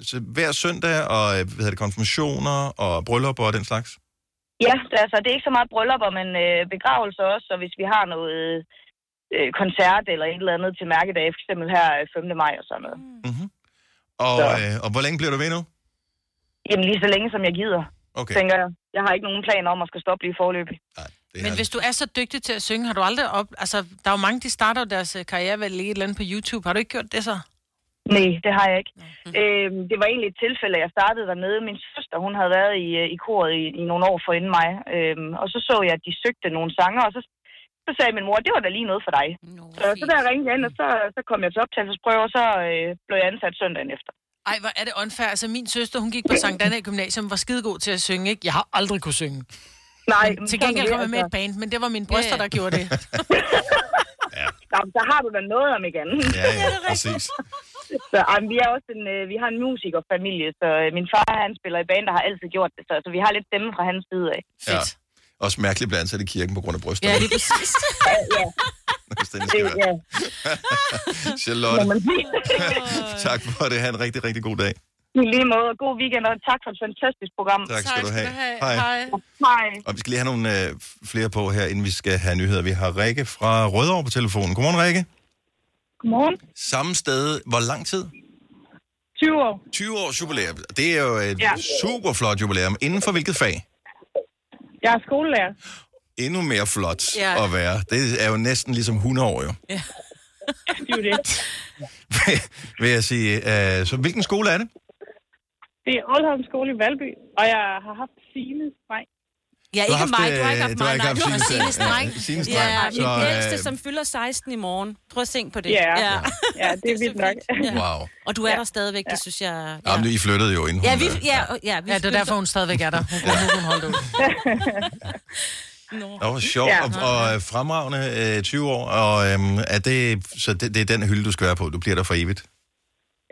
Speaker 1: så hver søndag, og øh, hvad hedder det, konfirmationer og bryllupper og den slags?
Speaker 18: Ja, det er, altså, det er ikke så meget bryllupper, men øh, begravelser også, og hvis vi har noget øh, koncert eller et eller andet til mærkedage, for eksempel her øh, 5. maj og sådan noget.
Speaker 1: Mhm. Og, uh, og hvor længe bliver du ved nu?
Speaker 18: Jamen, lige så længe som jeg gider,
Speaker 1: Okay.
Speaker 18: tænker jeg. Jeg har ikke nogen planer om at skal stoppe lige forløbig.
Speaker 1: Det
Speaker 2: Men
Speaker 1: er-
Speaker 2: hvis du er så dygtig til at synge, har du aldrig op... Altså, der er jo mange, de starter jo deres øh, karriere ved at lægge et eller andet på YouTube. Har du ikke gjort det så?
Speaker 18: Nej, det har jeg ikke. Mm. Øhm, det var egentlig et tilfælde, at jeg startede dernede. Min søster, hun havde været i, øh, i koret i, i nogle år forinden mig. Øhm, og så så jeg, at de søgte nogle sanger, og så, så sagde min mor, det var da lige noget for dig. No, så, så der ringede jeg ind, og så, så kom jeg til optagelsesprøve, og så øh, blev jeg ansat søndagen efter.
Speaker 2: Ej, hvor er det unfair. Altså, min søster, hun gik på Sankt Anna Gymnasium, var skidegod til at synge, ikke? Jeg har aldrig kunne synge.
Speaker 18: Nej,
Speaker 2: men
Speaker 18: men sådan
Speaker 2: til
Speaker 18: er
Speaker 2: gengæld
Speaker 18: det,
Speaker 2: kom jeg med
Speaker 18: altså.
Speaker 2: et band, men det var mine bryster, der gjorde det.
Speaker 18: Nå, men så har du da noget om igen.
Speaker 16: <laughs>
Speaker 1: Ja, ja, præcis.
Speaker 18: <laughs> Så, ej, men vi, er også en, øh, vi har en musikerfamilie, så øh, min far han spiller i band, der har altid gjort det, så, så vi har lidt stemme fra hans side af.
Speaker 1: Ja. Også mærkeligt at blive ansat i kirken på grund af brysterne.
Speaker 18: Ja,
Speaker 1: <laughs>
Speaker 18: lige præcis. ja, ja.
Speaker 1: Hvis det endelig skal
Speaker 18: Det-
Speaker 1: være.
Speaker 18: ja.
Speaker 1: Charlotte,
Speaker 18: Må man
Speaker 1: <laughs>
Speaker 18: sige.
Speaker 1: tak for det. Ha' en rigtig, rigtig god dag.
Speaker 18: I lige måde, og god weekend, og tak for et fantastisk program.
Speaker 1: Tak skal Tak du have. skal du have. Hej. Hej.
Speaker 18: Hej.
Speaker 1: Og vi skal lige have nogle øh, flere på her, inden vi skal have nyheder. Vi har Rikke fra Rødovre på telefonen. Godmorgen, Rikke.
Speaker 11: Godmorgen.
Speaker 1: Samme sted. Hvor lang tid?
Speaker 11: 20 år.
Speaker 1: 20 års jubilæum. Det er jo et
Speaker 11: Ja.
Speaker 1: ja. super flot jubilæum. Inden for hvilket fag?
Speaker 11: Jeg er skolelærer.
Speaker 1: Endnu mere flot
Speaker 11: Ja.
Speaker 1: ja. at være. Det er jo næsten ligesom 100 år, jo.
Speaker 11: Det er jo det.
Speaker 1: Vil jeg sige. Øh, så hvilken skole er det?
Speaker 11: Det er Ålholm Skole i Valby, og jeg har haft Signe streng.
Speaker 3: Ja,
Speaker 1: Du har
Speaker 3: ikke
Speaker 1: haft,
Speaker 3: mig. Du har
Speaker 1: øh,
Speaker 3: ikke haft
Speaker 1: du har
Speaker 3: mig,
Speaker 1: ikke
Speaker 3: nej. Du
Speaker 1: haft
Speaker 3: har
Speaker 1: Sines,
Speaker 3: Sines
Speaker 1: øh,
Speaker 3: dreng.
Speaker 1: Sines dreng.
Speaker 3: Ja,
Speaker 1: Så,
Speaker 3: min
Speaker 1: øh,
Speaker 3: ældste, som fylder 16 i morgen. Prøv at tænke på det.
Speaker 11: Ja.
Speaker 3: ja <laughs> det er vildt nok.
Speaker 1: Wow.
Speaker 3: Og du er der stadigvæk, det synes jeg...
Speaker 1: Ja. Jamen, I flyttede jo inden
Speaker 3: Ja,
Speaker 1: hun,
Speaker 3: vi,
Speaker 1: øh,
Speaker 3: ja, ja, vi
Speaker 2: Ja, det er derfor, hun stadigvæk er der. Hun kunne, hun kunne holde det
Speaker 11: <laughs>
Speaker 2: ud.
Speaker 1: Nå, hvor sjovt.
Speaker 2: Ja.
Speaker 1: Ja. Og, og øh, fremragende øh, 20 år. Og, øhm, er det, så det, det er den hylde, du skal være på. Du bliver der for evigt.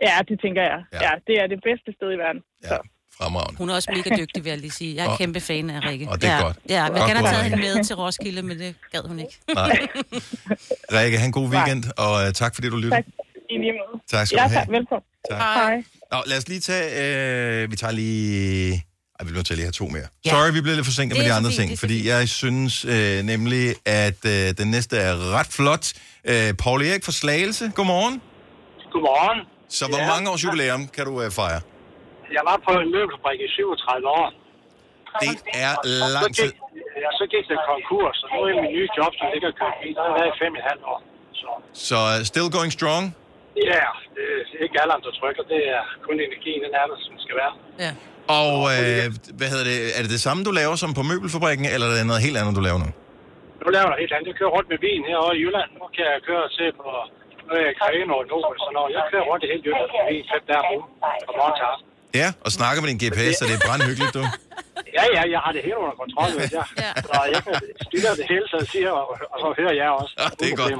Speaker 11: Ja, det tænker jeg. Ja. ja, det er det bedste sted i verden.
Speaker 1: Ja, fremragende.
Speaker 3: Hun er også mega dygtig, vil jeg lige sige. Jeg er
Speaker 1: Og-
Speaker 3: kæmpe fan af Rikke.
Speaker 1: og det er
Speaker 3: ja.
Speaker 1: godt.
Speaker 3: Ja, jeg
Speaker 1: Godt
Speaker 3: kan have
Speaker 1: gået,
Speaker 3: taget hende
Speaker 1: Rikke.
Speaker 3: med til Roskilde, men det gad hun ikke. <laughs>
Speaker 1: Nej. Rikke, have en god weekend, og øh, tak fordi du lyttede.
Speaker 11: Tak. I lige måde.
Speaker 1: Tak skal du
Speaker 11: ja,
Speaker 1: have.
Speaker 11: Tak. Velkommen.
Speaker 1: Tak.
Speaker 11: Hej.
Speaker 1: Nå, lad os lige tage... Øh, vi tager lige... Ej, vi bliver nødt til at lige have to mere. Ja. Sorry, vi blev lidt forsinket
Speaker 19: Det
Speaker 1: med
Speaker 19: er
Speaker 1: de
Speaker 19: så
Speaker 1: andre
Speaker 19: fint, det er
Speaker 1: ting,
Speaker 19: så
Speaker 1: fordi jeg synes øh, nemlig, at øh, den næste er ret flot. Øh, Paul Erik fra Slagelse, godmorgen.
Speaker 20: Godmorgen.
Speaker 1: Så hvor
Speaker 20: Ja.
Speaker 1: mange års jubilæum kan du øh, fejre?
Speaker 20: Jeg var på en møbelfabrik i 37 år.
Speaker 1: Det er
Speaker 20: Så
Speaker 1: lang tid.
Speaker 20: gik, ja, så gik der konkurs, og nu er min nye job, som ligger og kører bil. Der har jeg været i fem og et halvt år.
Speaker 1: Så øh, still going strong.
Speaker 20: Ja, det er ikke alderen, der trykker. Det er kun energien, den er der, som skal være.
Speaker 2: Ja.
Speaker 1: Og øh, hvad hedder det? Er det det samme, du laver som på møbelfabrikken, eller er det noget helt andet, du laver nu?
Speaker 20: Nu laver jeg helt andet. Jeg kører rundt med bilen herovre i Jylland. Nu kan jeg køre og se på nu er jeg i Grene og Nobel, så når jeg kører rundt i hele Jylland med bilen fem dage om ugen fra morgen til aften.
Speaker 1: Ja, og snakker med din GPS, så det er brandhyggeligt, du.
Speaker 20: Ja, ja, jeg har det helt under kontrol, ved jeg. Så jeg kan styre det hele, så jeg siger, og, og så hører jeg også.
Speaker 1: Ja, det er godt.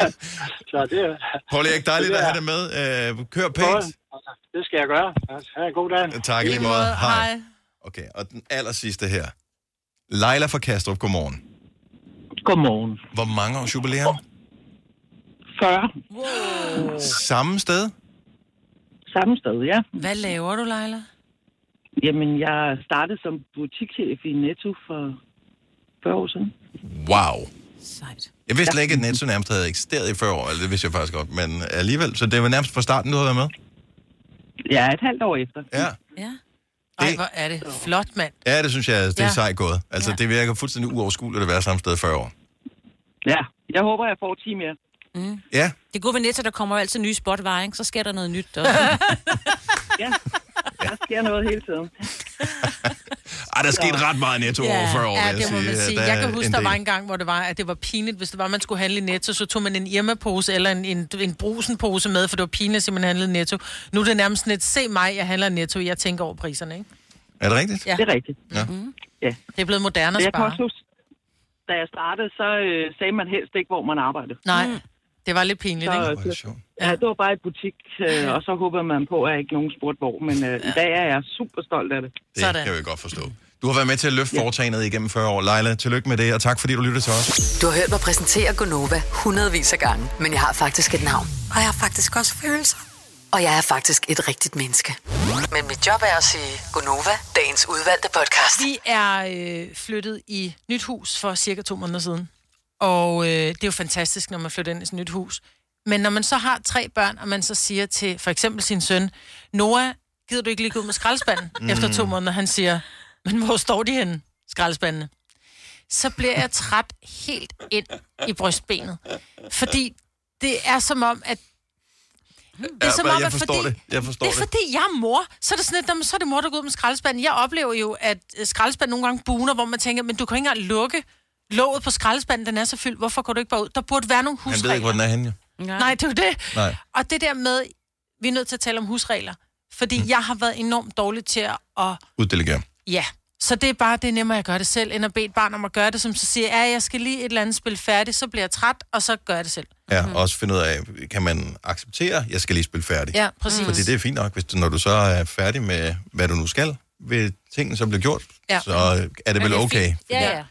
Speaker 20: <laughs> så det er...
Speaker 1: Paul Erik, dejligt
Speaker 20: Det
Speaker 1: at
Speaker 20: er-
Speaker 1: have dig med. Øh, kør pænt.
Speaker 20: Det skal jeg gøre. Ha' en god dag.
Speaker 1: Tak i lige måde. Hej. Okay, og den aller sidste her. Leila fra Kastrup, godmorgen.
Speaker 21: Godmorgen.
Speaker 1: Hvor mange års jubilæum?
Speaker 21: 40.
Speaker 1: Samme sted?
Speaker 21: <laughs> Samme sted, ja.
Speaker 2: Hvad laver du, Leila?
Speaker 21: Jamen, jeg startede som butikschef i Netto for 40 år siden.
Speaker 1: Wow.
Speaker 3: Sejt.
Speaker 1: Jeg vidste slet ikke, at Netto nærmest havde eksisteret i 40 år, eller det vidste jeg faktisk godt, men alligevel, så det var nærmest fra starten, du havde været med?
Speaker 21: Ja, et halvt år efter.
Speaker 1: Ja.
Speaker 2: Ja. Ej, hvor er det flot, mand.
Speaker 1: Ja, det synes jeg, det er
Speaker 2: Ja.
Speaker 1: ja. sejt gået. Altså, ja. det virker fuldstændig uoverskueligt at være samme sted i 40 år.
Speaker 21: Ja, jeg håber, jeg får 10 mere.
Speaker 3: Mm.
Speaker 1: Ja,
Speaker 3: Det gode ved Netto, der kommer jo altid nye spotvarer, ikke? Så sker der noget nyt. Og...
Speaker 1: <laughs>
Speaker 21: ja, der sker noget hele tiden.
Speaker 1: Ej, der er sket ret meget i netto over 40 år,
Speaker 2: ja,
Speaker 1: vil
Speaker 2: det
Speaker 1: jeg
Speaker 2: må man
Speaker 1: sige.
Speaker 2: sige.
Speaker 1: Ja, der
Speaker 2: Jeg
Speaker 1: er
Speaker 2: kan huske,
Speaker 1: en
Speaker 2: der var
Speaker 1: del.
Speaker 2: en gang, hvor det var, at det var pinligt, hvis det var, at man skulle handle i Netto, så tog man en Irma-pose eller en, en, en brusenpose med, for det var pinligt, at man handlede i Netto. Nu er det nærmest sådan et, se mig, jeg handler i Netto, jeg tænker over priserne, ikke?
Speaker 1: Er det rigtigt?
Speaker 2: Ja.
Speaker 21: Det er rigtigt. Mhm.
Speaker 1: Ja.
Speaker 21: Ja.
Speaker 2: Det er blevet moderne at
Speaker 21: jeg kan
Speaker 2: spare.
Speaker 21: også huske, da jeg startede, så øh, sagde man helst ikke, hvor man arbejdede.
Speaker 2: Nej, det var lidt pinligt,
Speaker 21: Mm. så,
Speaker 2: ikke?
Speaker 21: Så, ja, det var bare i butik, øh, og så håbede man på, at ikke nogen spurgte hvor, men øh, i dag er jeg super stolt af det.
Speaker 1: Det Sådan. kan vi godt forstå. Du har været med til at løfte foretagendet igennem 40 år. Leila, tillykke med det, og tak fordi du lyttede til os.
Speaker 5: Du har hørt mig præsentere Gonova hundredvis af gange, men jeg har faktisk et navn. Og jeg har faktisk også følelser. Og jeg er faktisk et rigtigt menneske. Men mit job er at sige Gonova, dagens udvalgte podcast.
Speaker 2: Vi er øh, flyttet i nyt hus for cirka to måneder siden. Og øh, det er jo fantastisk, når man flytter ind i sådan et nyt hus. Men når man så har tre børn, og man så siger til for eksempel sin søn, Noah, gider du ikke lige gå ud med skraldespanden?
Speaker 22: Mm.
Speaker 2: Mm. Efter to måneder, han siger, men hvor står de henne, skraldespandene? så bliver jeg træt helt ind i brystbenet. Fordi det er som om, at det er
Speaker 1: Ja,
Speaker 2: som
Speaker 1: men
Speaker 2: om,
Speaker 1: jeg
Speaker 2: at
Speaker 1: forstår
Speaker 2: fordi,
Speaker 1: det. Jeg forstår
Speaker 2: det er
Speaker 1: det.
Speaker 2: fordi, jeg er mor. Så er det sådan lidt, "Jamen, så er det mor, der går ud med skraldespanden. Jeg oplever jo, at øh, skraldespanden nogle gange buner, hvor man tænker, men du kan ikke engang lukke låget på skraldespanden, den er så fyldt. Hvorfor går du ikke bare ud? Der burde være nogle
Speaker 1: Han
Speaker 2: husregler.
Speaker 1: ved ikke, hvor den er henne, jo.
Speaker 2: Nej. Nej, det er jo det.
Speaker 1: Nej.
Speaker 2: Og det der med, vi er nødt til at tale om husregler.
Speaker 1: Mm.
Speaker 2: Fordi jeg har været enormt dårlig til at... at
Speaker 1: Uddelegere.
Speaker 2: ja, så det er bare, det er nemmere, at jeg gør det selv, end at bede et barn om at gøre det, som så siger, ja, jeg skal lige et eller andet spil færdigt, så bliver jeg træt, og så gør jeg det selv.
Speaker 1: Ja, og også finde ud af, kan man acceptere, jeg skal lige spille færdig?
Speaker 2: Ja, præcis.
Speaker 1: Fordi det er fint nok, hvis du, når du så er færdig med, hvad du nu skal, ved tingene, som bliver gjort,
Speaker 2: Ja.
Speaker 1: så er det vel okay.
Speaker 2: Ja, ja.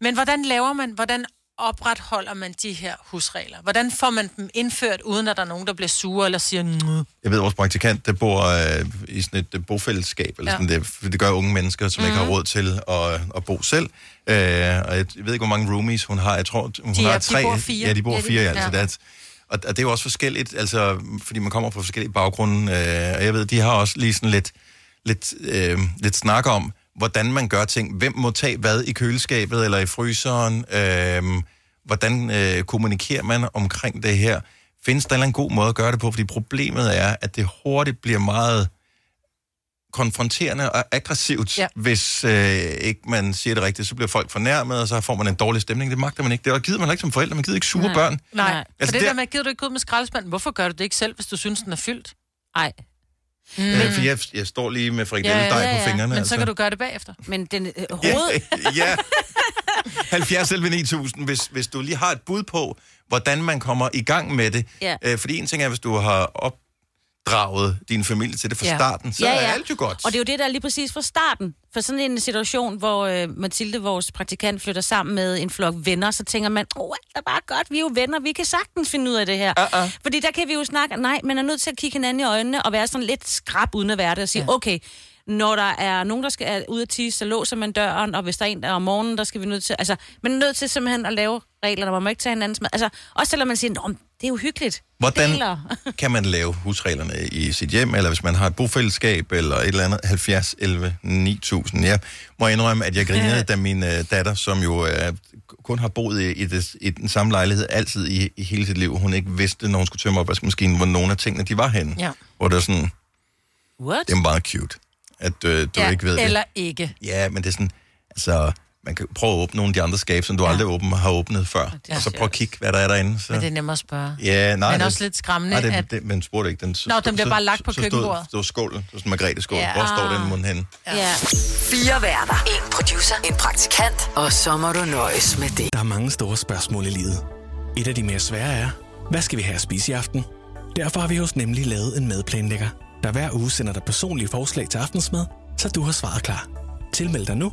Speaker 2: Men hvordan laver man, hvordan opretholder man de her husregler? Hvordan får man dem indført, uden at der er nogen, der bliver sure eller siger, "Nå"?
Speaker 1: Jeg ved, vores praktikant, der bor øh, i sådan et øh, bofællesskab, eller
Speaker 2: Ja. Mhm.
Speaker 1: sådan det, for det gør unge mennesker, som mm. ikke har råd til at, at bo selv. Øh, og jeg, jeg ved ikke, hvor mange roomies hun har. Jeg tror, hun
Speaker 2: De er-
Speaker 1: har
Speaker 2: de
Speaker 1: tre.
Speaker 2: bor fire.
Speaker 1: Ja, de bor
Speaker 2: Ja, de-
Speaker 1: fire, altså.
Speaker 2: ja.
Speaker 1: Ja. That's, og, og det er jo også forskelligt, altså, fordi man kommer fra forskellige baggrunde. Øh, og jeg ved, de har også lige sådan lidt, lidt, øh, lidt snak om, hvordan man gør ting. Hvem må tage hvad i køleskabet eller i fryseren? Øh, hvordan øh, kommunikerer man omkring det her? Findes der en eller anden god måde at gøre det på? Fordi problemet er, at det hurtigt bliver meget konfronterende og aggressivt, ja. hvis øh, ikke man siger det rigtigt. Så bliver folk fornærmet, og så får man en dårlig stemning. Det magter man ikke. Det er- gider man ikke som forældre. Man gider ikke sure
Speaker 2: Nej.
Speaker 1: børn.
Speaker 2: Nej. Altså,
Speaker 1: Altså,
Speaker 2: For det
Speaker 1: der-
Speaker 2: der med, gider du ikke ud med skraldespanden? Hvorfor gør du det ikke selv, hvis du synes, den er fyldt? Nej. Mm.
Speaker 1: Øh, for jeg, jeg står lige med frikadelledej ja, ja, ja. på fingrene.
Speaker 2: Men
Speaker 1: altså.
Speaker 2: så kan du gøre det bagefter. Men den øh,
Speaker 1: ja. 70 11 9000, hvis, hvis du lige har et bud på, hvordan man kommer i gang med det.
Speaker 3: Ja.
Speaker 1: Øh, fordi en ting er, hvis du har opdraget din familie til det fra ja. starten, så ja, ja. er alt jo godt.
Speaker 3: Og det er jo det, der er lige præcis fra starten. For sådan en situation, hvor øh, Mathilde, vores praktikant, flytter sammen med en flok venner, så tænker man, åh, alt er bare godt, vi er jo venner, vi kan sagtens finde ud af det her. Uh-uh. Fordi der kan vi jo snakke, nej, man er nødt til at kigge hinanden i øjnene og være sådan lidt skrab uden at være det og sige, ja. okay, når der er nogen, der skal er ud og tisse, så låser man døren, og hvis der er en, der er om morgenen, der skal vi nødt til... Altså, man er nødt til simpelthen at lave regler, der må man ikke tage hinandens mad. Altså, også selvom man siger, Nå, men det er jo hyggeligt. <laughs>
Speaker 1: Hvordan-
Speaker 3: Deler.
Speaker 1: kan man lave husreglerne i sit hjem, eller hvis man har et bofællesskab, eller et eller andet, 70, 11, 9000. Jeg må indrømme, at
Speaker 3: <laughs>
Speaker 1: jeg grinede, da min øh, datter, som jo øh, kun har boet i, i, det, i den samme lejlighed altid i, i hele sit liv, hun ikke vidste, når hun skulle tømme opvaskemaskinen, hvor nogle af tingene de var henne.
Speaker 2: Ja.
Speaker 1: Hvor det var sådan,
Speaker 3: What?
Speaker 1: det er meget cute, at øh, du
Speaker 2: ja,
Speaker 1: ikke ved
Speaker 2: eller
Speaker 1: det.
Speaker 2: ikke.
Speaker 1: Ja, men det er sådan, altså, man kan prøve at åbne nogle af de andre skabe, som du ja. aldrig åbner, har åbnet før,
Speaker 2: er
Speaker 1: og så prøv at kigge, hvad der er derinde. Så.
Speaker 2: Men det er nemmere at spørge.
Speaker 1: Ja, nej.
Speaker 2: Men
Speaker 1: det-
Speaker 2: også lidt skræmmende,
Speaker 1: Nej, det,
Speaker 2: at-
Speaker 1: det, man spurgte ikke. Den, så,
Speaker 2: Nå, den bliver bare lagt på
Speaker 1: så, Så
Speaker 2: køkkenbordet.
Speaker 1: stod, stod skålen, så sådan Margrethe skål.
Speaker 5: Ja.
Speaker 1: Hvor står den mund henne?
Speaker 5: Ja. Fire værter. En producer. En praktikant. Og så må du nøjes med det.
Speaker 12: Der er mange store spørgsmål i livet. Et af de mere svære er, hvad skal vi have at spise i aften? Derfor har vi hos Nemlig lavet en madplanlægger, der hver uge sender dig personlige forslag til aftensmad, så du har svaret klar. Tilmeld dig nu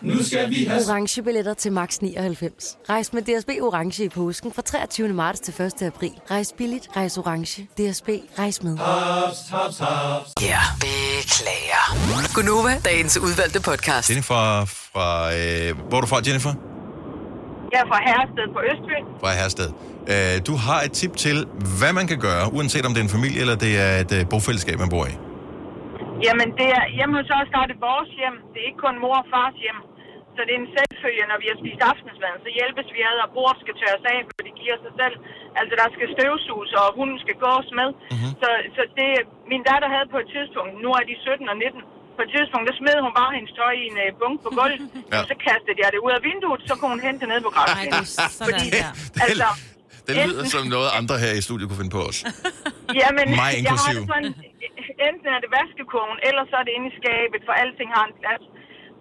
Speaker 15: Nu skal vi have
Speaker 16: Orange billetter til max 99. Rejs med DSB Orange i påsken fra 23. marts til 1. april. Rejs billigt, rejs orange. DSB, rejs med.
Speaker 15: haps, haps, haps.
Speaker 5: Ja, beklager. Gunova, dagens udvalgte podcast.
Speaker 1: Jennifer fra... Øh, hvor er du fra, Jennifer?
Speaker 11: Jeg er fra Herrested på Østbyen.
Speaker 1: Fra Herrested. Øh, du har et tip til, hvad man kan gøre, uanset om det er en familie eller det er et øh, bofællesskab, man bor i.
Speaker 11: Jamen, det er hjemme hos os, der er det vores hjem. Det er ikke kun mor og fars hjem. Så det er en selvfølge, når vi har spist aftensmad, så hjælpes vi ad, og bord skal tørres af, for det giver sig selv. Altså, der skal støvsuges, og hunden skal gås med. Mm-hmm. Så, så det, min datter havde på et tidspunkt, nu er de 17 og 19, på et tidspunkt, der smed hun bare hendes tøj i en øh, bunke på gulvet, <laughs> ja. og så kastede jeg det ud af vinduet, så kunne hun hente det ned på
Speaker 1: <laughs>
Speaker 11: græsplænen.
Speaker 1: det- det-
Speaker 11: altså,
Speaker 1: <laughs> Det lyder som noget, andre her i studiet kunne finde på os.
Speaker 11: Jamen,
Speaker 1: Mig
Speaker 11: jeg har
Speaker 1: inklusiv.
Speaker 11: det sådan, enten er det vaskekåen, eller så er det inde i skabet, for alting har en plads.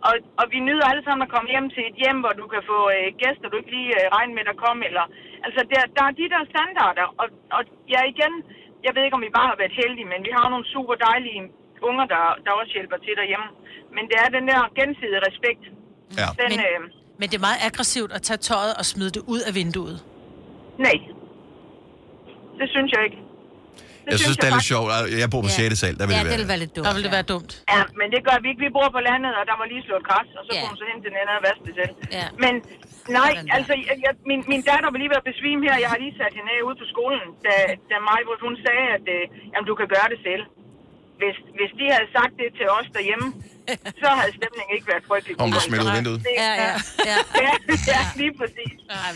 Speaker 11: Og, og vi nyder alle sammen at komme hjem til et hjem, hvor du kan få øh, gæster, du ikke lige øh, regner med, der kommer. Eller, altså, der, der er de der standarder. Og, og ja, igen, jeg ved ikke, om vi bare har været heldige, men vi har nogle super dejlige unger, der, der også hjælper til derhjemme. Men det er den der gensidige respekt.
Speaker 1: Ja.
Speaker 11: Den,
Speaker 2: Men-
Speaker 11: øh,
Speaker 2: Men det er meget aggressivt at tage tøjet og smide det ud af vinduet.
Speaker 11: Nej. Det synes jeg ikke.
Speaker 1: Jeg synes, det er lidt sjovt. Jeg bor på 6. sal, der vil det være.
Speaker 11: være lidt dumt.
Speaker 2: Der ville det være dumt.
Speaker 11: Ja, men det gør vi ikke. Vi bor på landet, og der var lige slået græs, og så yeah. kunne hun så hente den anden og vaske det selv. Yeah. Men nej, altså, jeg, jeg, min, min datter var lige ved at besvime her. Jeg har lige sat hende af ude på skolen, da, da Majbrit, hun sagde, at øh, jamen, du kan gøre det selv. Hvis, hvis de havde sagt det til os derhjemme, så havde stemningen ikke været frygtelig.
Speaker 1: Om der smeltede vinduet.
Speaker 11: Ja, ja, <laughs> ja. ja, lige præcis.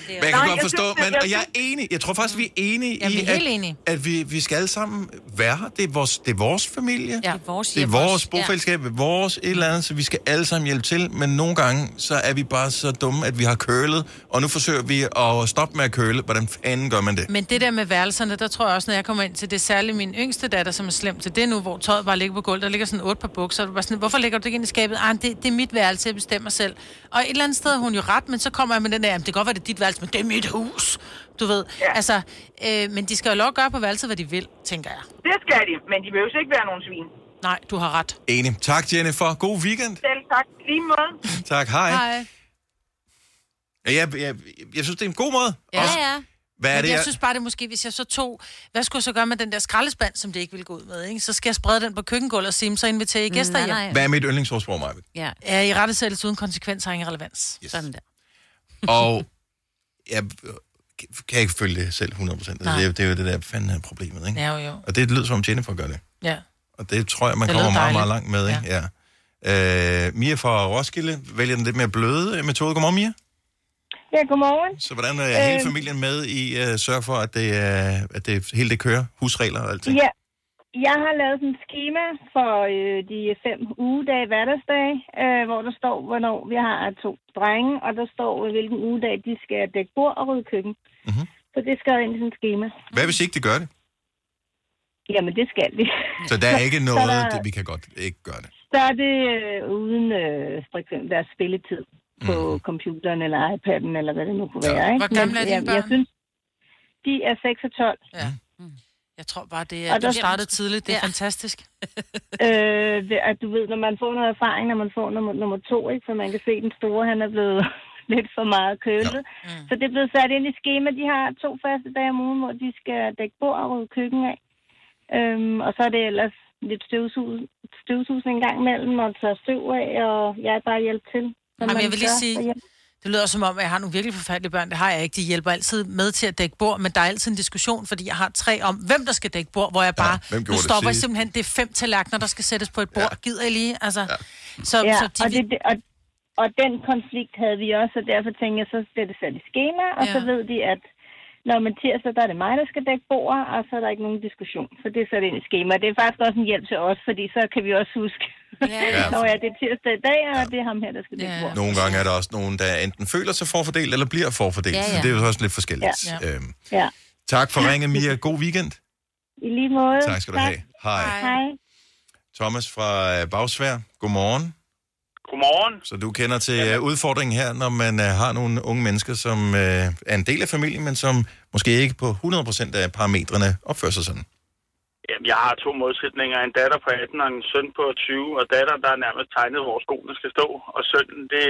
Speaker 1: Men jeg kan godt forstå, men, og jeg er enig. Jeg tror faktisk, vi er enige
Speaker 2: Ja,
Speaker 1: i,
Speaker 2: vi er
Speaker 1: at,
Speaker 2: helt enige.
Speaker 1: at vi, vi skal alle sammen være her. Det er vores, det er vores familie.
Speaker 2: Ja. Det er vores
Speaker 1: det er
Speaker 2: hjem
Speaker 1: vores
Speaker 2: også.
Speaker 1: bofællesskab, ja. vores et eller andet, så vi skal alle sammen hjælpe til. Men nogle gange, så er vi bare så dumme, at vi har kølet, og nu forsøger vi at stoppe med at køle. Hvordan fanden gør man det?
Speaker 2: Men det der med værelserne, der tror jeg også, når jeg kommer ind til det, særligt min yngste datter, som er slem til det nu, hvor tøjet bare ligger på gulvet, der ligger sådan otte par bukser, og du bare sådan, hvorfor lægger du det ikke ind i skabet? Ah, det, det er mit værelse, jeg bestemmer selv. Og et eller andet sted har hun jo ret, men så kommer jeg med den der, "Jamen, det kan godt være, det er dit værelse, men det er mit hus, du ved. Ja. Altså, øh, men de skal jo lov at gøre på værelset, hvad de vil, tænker jeg.
Speaker 11: Det skal de, men de behøver ikke være nogen svin.
Speaker 2: Nej, du har ret.
Speaker 1: Enig. Tak, Jennifer. God weekend.
Speaker 11: Selv tak. Lige måde.
Speaker 1: Tak. Hej. Jeg, jeg, jeg, jeg synes, det er en god måde.
Speaker 2: Ja,
Speaker 1: Også-
Speaker 2: ja.
Speaker 1: Hvad er
Speaker 2: Men
Speaker 1: det,
Speaker 2: jeg
Speaker 1: jeg-
Speaker 2: synes bare, det er måske, hvis jeg så tog, hvad skulle jeg så gøre med den der skraldespand, som det ikke ville gå ud med, ikke? Så skal jeg sprede den på køkkengulvet og sige, "Men så inviterer I
Speaker 1: Mm,
Speaker 2: gæster
Speaker 3: nej,
Speaker 2: hjem.
Speaker 3: nej.
Speaker 1: Hvad er mit yndlingsordsprog, Maja?
Speaker 3: Ja.
Speaker 2: Ja, i rette sættelse uden konsekvens har ingen relevans. Yes. Sådan der.
Speaker 1: Og jeg kan ikke følge det selv 100%. Altså,
Speaker 2: Nej.
Speaker 1: det, er, det er jo det der fanden er problemet, ikke?
Speaker 2: Ja, jo, jo.
Speaker 1: Og det lyder som om Jennifer gør det.
Speaker 2: Ja.
Speaker 1: Og det tror jeg, man
Speaker 2: Det
Speaker 1: kommer
Speaker 2: lyder
Speaker 1: meget, meget langt
Speaker 2: dejligt.
Speaker 1: med, ikke? Ja. ja. Øh, Mia fra Roskilde vælger den lidt mere bløde øh, metode. Godmorgen, Mia.
Speaker 19: Ja, godmorgen.
Speaker 1: Så hvordan er hele
Speaker 19: Øh.
Speaker 1: familien med i at sørge for, at det, er- at det hele det kører? Husregler og alting?
Speaker 19: Ja, jeg har lavet sådan et schema for øh, de fem ugedage hverdagsdage, øh, hvor der står, hvornår vi har to drenge, og der står, hvilken ugedag de skal dække bord og rydde køkken.
Speaker 1: Mhm.
Speaker 19: Så det skal ind i sådan et schema.
Speaker 1: Hvad hvis ikke det gør det?
Speaker 19: Jamen, det skal <laughs> de.
Speaker 1: Så der er ikke
Speaker 19: Så- så
Speaker 1: noget,
Speaker 19: der-
Speaker 1: det, vi kan godt ikke gøre det.
Speaker 19: Så er det øh, uden øh, for eksempel deres spilletid på mm. computeren eller iPad'en, eller hvad det nu kunne
Speaker 2: Ja.
Speaker 19: være. Ikke?
Speaker 2: Hvor gamle er
Speaker 19: Men
Speaker 2: dine
Speaker 19: jeg, jeg
Speaker 2: børn?
Speaker 19: synes, de er 6 og 12.
Speaker 2: Ja. Jeg tror bare, det
Speaker 19: Og
Speaker 2: er, at
Speaker 19: der-
Speaker 2: du startede tidligt. Det er fantastisk.
Speaker 19: Øh, det- at du ved, når man får noget erfaring, når man får nummer, nummer to, ikke? for man kan se, den store, han er blevet <laughs> lidt for meget kølet. Ja. Mm. Så det er blevet sat ind i schema. De har to faste dage om ugen, hvor de skal dække bord og rydde køkken af. Øhm, og så er det ellers lidt støvsus, støvsus en gang imellem, og tage støv af, og jeg er bare hjælp til. som
Speaker 2: Jamen,
Speaker 19: man
Speaker 2: jeg vil lige
Speaker 19: gør
Speaker 2: sige,
Speaker 19: derhjemme.
Speaker 2: det lyder som om, at jeg har nogle virkelig forfærdelige børn. Det har jeg ikke. De hjælper altid med til at dække bord, men der er altid en diskussion, fordi jeg har tre om, hvem der skal dække bord, hvor jeg bare,
Speaker 19: hvem
Speaker 2: nu
Speaker 19: gjorde det
Speaker 2: stopper jeg
Speaker 19: sidst?
Speaker 2: simpelthen, det er fem tallerkener, der skal sættes på et bord. Ja. Gider I lige? Altså, ja. så,
Speaker 19: ja,
Speaker 2: så
Speaker 19: og,
Speaker 2: de,
Speaker 19: det, det- og, og den konflikt havde vi også, og derfor tænkte jeg, så bliver det sat i schema, og ja. så ved de, at når man tirsdag, der er det mig, der skal dække bordet, og så er der ikke nogen diskussion. Så det er sat ind i schema. Det er faktisk også en hjælp til os, fordi så kan vi også huske,
Speaker 1: Ja.
Speaker 19: <laughs> ja. når jeg, det er tirsdag i dag, og det er ham her, der skal dække bordet.
Speaker 1: Nogle gange er der også nogen, der enten føler sig forfordelt, eller bliver forfordelt.
Speaker 19: Ja,
Speaker 1: Ja,
Speaker 19: ja.
Speaker 1: ja. Så det er jo også lidt forskelligt.
Speaker 19: Ja.
Speaker 1: Ja,
Speaker 19: Ja.
Speaker 1: ja. Øhm,
Speaker 19: Ja,
Speaker 1: tak <laughs> for ringen, Mia. God weekend.
Speaker 19: i lige måde.
Speaker 1: Tak skal du have. Hej.
Speaker 19: Hej.
Speaker 1: Thomas fra øh, Bagsvær. Godmorgen.
Speaker 20: Godmorgen.
Speaker 1: Så du kender til ja. udfordringen her, når man øh, har nogle unge mennesker, som øh, er en del af familien, men som måske ikke på 100% af parametrene opfører sig sådan.
Speaker 20: Jamen, jeg har to modsætninger. En datter på 18 og en søn på 20. Og datter, der er nærmest tegnet, hvor skoene skal stå. Og sønnen, det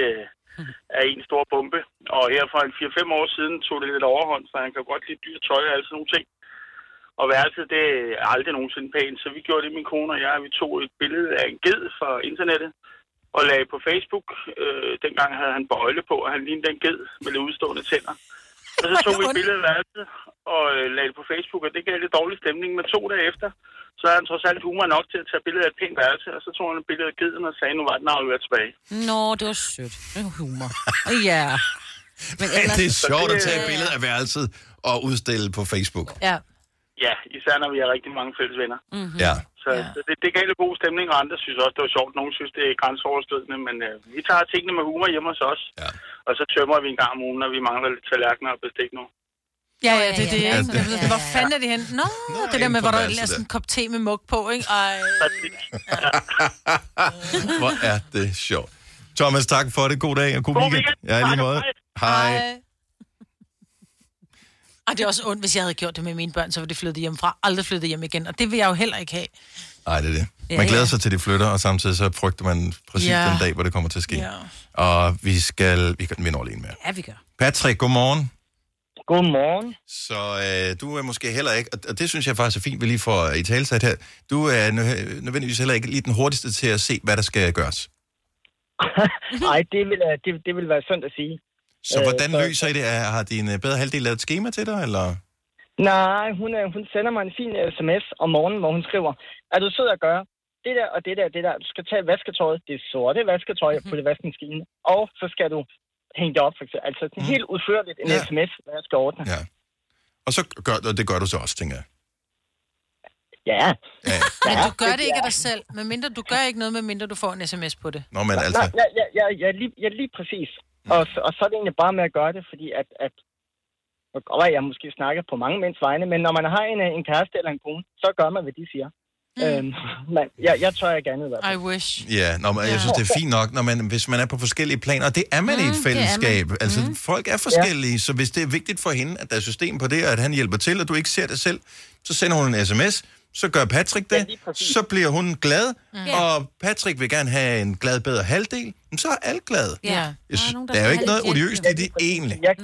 Speaker 20: er en stor bombe. Og her for en 4-5 år siden tog det lidt overhånd, så han kan godt lide dyrt tøj og alle sådan nogle ting. Og værelset, det er aldrig nogensinde pænt. Så vi gjorde det, min kone og jeg, vi tog et billede af en ged fra internettet og lagde på Facebook. Øh, dengang havde han bøjle på, og han lignede en ged med lidt udstående tænder. Og så tog vi et billede af værelset og øh, lagde det på Facebook, og det gav lidt dårlig stemning. Men to dage efter, så havde han trods alt humor nok til at tage billede af et pænt værelse, og så tog han et billede af geden og sagde, nu var den afleveret tilbage.
Speaker 3: Nå, det var sødt. Det var
Speaker 1: <laughs>
Speaker 3: humor. Ja. Men øh,
Speaker 1: Ellers... Det øh, Mhm. er sjovt at tage
Speaker 3: Ja,
Speaker 1: et
Speaker 3: ja.
Speaker 1: billede af værelset og udstille på Facebook.
Speaker 2: Ja.
Speaker 20: Ja, især når vi har rigtig mange fælles venner.
Speaker 1: Mm-hmm. Ja.
Speaker 20: Så ja. det, det gav lidt god stemning, og andre synes også, det var sjovt. Nogle synes, det er grænseoverskridende, men øh, vi tager tingene med humor hjemme hos os.
Speaker 1: Ja.
Speaker 20: Og så tømmer vi en gang om ugen, når vi mangler lidt tallerkener og bestik nu.
Speaker 2: Ja, ja, det er det,
Speaker 1: ja,
Speaker 2: ikke?
Speaker 1: ja.
Speaker 2: Ja, ja. Hvor fanden er det hen? Nå, Nå det der med, hvor der
Speaker 1: indenfor
Speaker 2: er sådan
Speaker 1: der.
Speaker 2: en kop te med mug på, ikke? Ej.
Speaker 1: Hvor er det sjovt. Thomas, tak for det. God dag og god
Speaker 2: God
Speaker 1: weekend.
Speaker 2: weekend.
Speaker 1: Ja, i lige måde. Hej.
Speaker 2: Og det er også ondt, hvis jeg havde gjort det med mine børn, så var de flyttet hjemmefra. Aldrig flyttet hjem igen, og det vil jeg jo heller ikke have.
Speaker 1: Nej, det er det.
Speaker 2: Ja,
Speaker 1: Man glæder
Speaker 2: ja.
Speaker 1: sig til, at de flytter, og samtidig så frygter man præcis
Speaker 2: Ja.
Speaker 1: den dag, hvor det kommer til at ske.
Speaker 2: Ja.
Speaker 1: Og vi skal... Vi kan vinde over lige mere.
Speaker 3: Ja, vi gør.
Speaker 1: Patrick, godmorgen.
Speaker 22: Godmorgen.
Speaker 1: Så øh, du er måske heller ikke, og- og det synes jeg faktisk er fint, vi lige får i talsat her, du er nø- nødvendigvis heller ikke lige den hurtigste til at se, hvad der skal gøres.
Speaker 22: <laughs> Nej, det vil, øh, det, det vil være synd at sige.
Speaker 1: Så
Speaker 22: Øh,
Speaker 1: hvordan løser I det? Er- Har din øh, bedre halvdel lavet et schema til dig,
Speaker 22: <laughs>
Speaker 1: eller?
Speaker 22: Nej, hun, øh, hun sender mig en fin øh, sms om morgenen, hvor hun skriver, er du sød at gøre det der og det der og det der. Du skal tage vasketøjet, det sorte vasketøj,
Speaker 2: Mhm.
Speaker 22: på det vaskemaskinen, og så skal du hænge det op, for eksempel. Altså
Speaker 2: Mhm.
Speaker 22: sådan helt udførligt en ja. sms, hvad jeg skal ordne.
Speaker 1: Ja. Og så gør, og det gør du så også, tænker jeg.
Speaker 22: Ja.
Speaker 1: ja.
Speaker 2: Men du gør det ikke af dig selv, medmindre du gør ikke noget, medmindre du får en sms på det.
Speaker 1: Nå, men
Speaker 22: Nej,
Speaker 1: altså,
Speaker 22: nej, ja, ja, ja, lige, ja, lige præcis.
Speaker 2: Mhm.
Speaker 22: Og, så- og så er det egentlig bare med at gøre det, fordi at, at og godt være, jeg måske snakker på mange mænds vegne, men når man har en, øh, en kæreste eller en kone, så gør man, hvad de siger. Mm. Øhm, <laughs> man, jeg, jeg tør ikke andet i hvert fald.
Speaker 2: Mhm. I wish.
Speaker 1: ja, nå, men jeg synes, det er fint nok, når man, hvis man er på forskellige planer, og det er man mm, i et
Speaker 22: Mm, det er man.
Speaker 1: fællesskab. Altså, mm. folk er forskellige, ja. så hvis det er vigtigt for hende, at der er system på det, og at han hjælper til, og du ikke ser det selv, så sender hun en sms, så gør Patrick det, ja, så bliver hun glad,
Speaker 3: Mm.
Speaker 1: mm. og Patrick vil gerne have en glad bedre halvdel, men så er alle glade.
Speaker 22: Ja. Der
Speaker 1: Jeg synes,
Speaker 22: er nogen, der
Speaker 1: der, er jo
Speaker 22: skal have
Speaker 1: ikke noget
Speaker 22: lidt hjælp,
Speaker 1: odiøst i det egentlig.
Speaker 22: Jeg,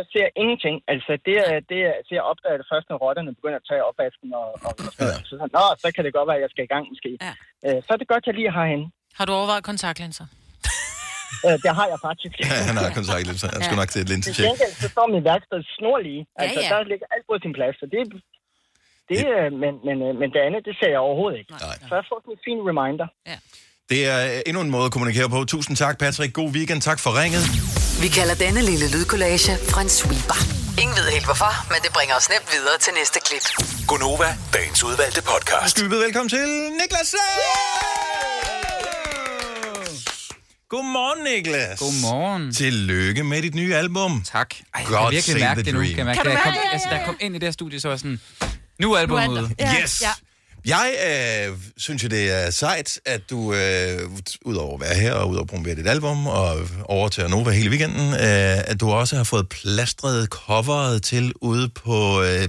Speaker 22: jeg ser ingenting. Altså, det er, det er, så jeg opdager det først, når rotterne begynder at tage opvasken, og, og, og så, så, Nå, så kan det godt være, at jeg skal i gang måske. Ja. Øh, så er det godt, jeg lige har hende.
Speaker 2: Har du overvejet kontaktlinser?
Speaker 22: Øh, det har jeg faktisk.
Speaker 1: Ja, han har kontaktet, så han skal
Speaker 22: Ja.
Speaker 1: nok til et
Speaker 22: Til
Speaker 1: linsetjek.
Speaker 22: gengæld, så står min værksted snorlige. Altså,
Speaker 1: ja.
Speaker 22: der ligger alt på sin plads, så det, det, øh, men, men, øh, men det andet, det ser jeg overhovedet ikke.
Speaker 1: Nej.
Speaker 22: Så jeg får sådan en fin reminder. Ja.
Speaker 1: Det er øh, endnu en måde at kommunikere på. Tusind tak, Patrick. God weekend. Tak for ringet.
Speaker 5: Vi kalder denne lille lydkollage en sweeper.
Speaker 1: Ingen ved helt hvorfor, men det bringer os nemt videre til næste klip.
Speaker 6: Gunova, dagens udvalgte
Speaker 1: Så
Speaker 6: podcast.
Speaker 1: skal vi byde velkommen til Niklas Godmorgen, Niklas.
Speaker 9: Godmorgen.
Speaker 1: Tillykke med dit nye album.
Speaker 9: Tak. Ej, jeg
Speaker 1: God
Speaker 9: kan virkelig
Speaker 1: save
Speaker 9: mærke
Speaker 1: the
Speaker 9: det nu. Kan
Speaker 1: dream.
Speaker 9: jeg mærke, da jeg kom, altså, da jeg kom ind i det her studie, så var jeg sådan, nu er albumet ude.
Speaker 1: Yes. Jeg øh, synes jo, det er sejt, at du, øh, udover at være her og udover at promovere dit album og over til Nova hele weekenden, øh, at du også har fået plastret coveret til ude på, øh, i
Speaker 9: På
Speaker 1: en, af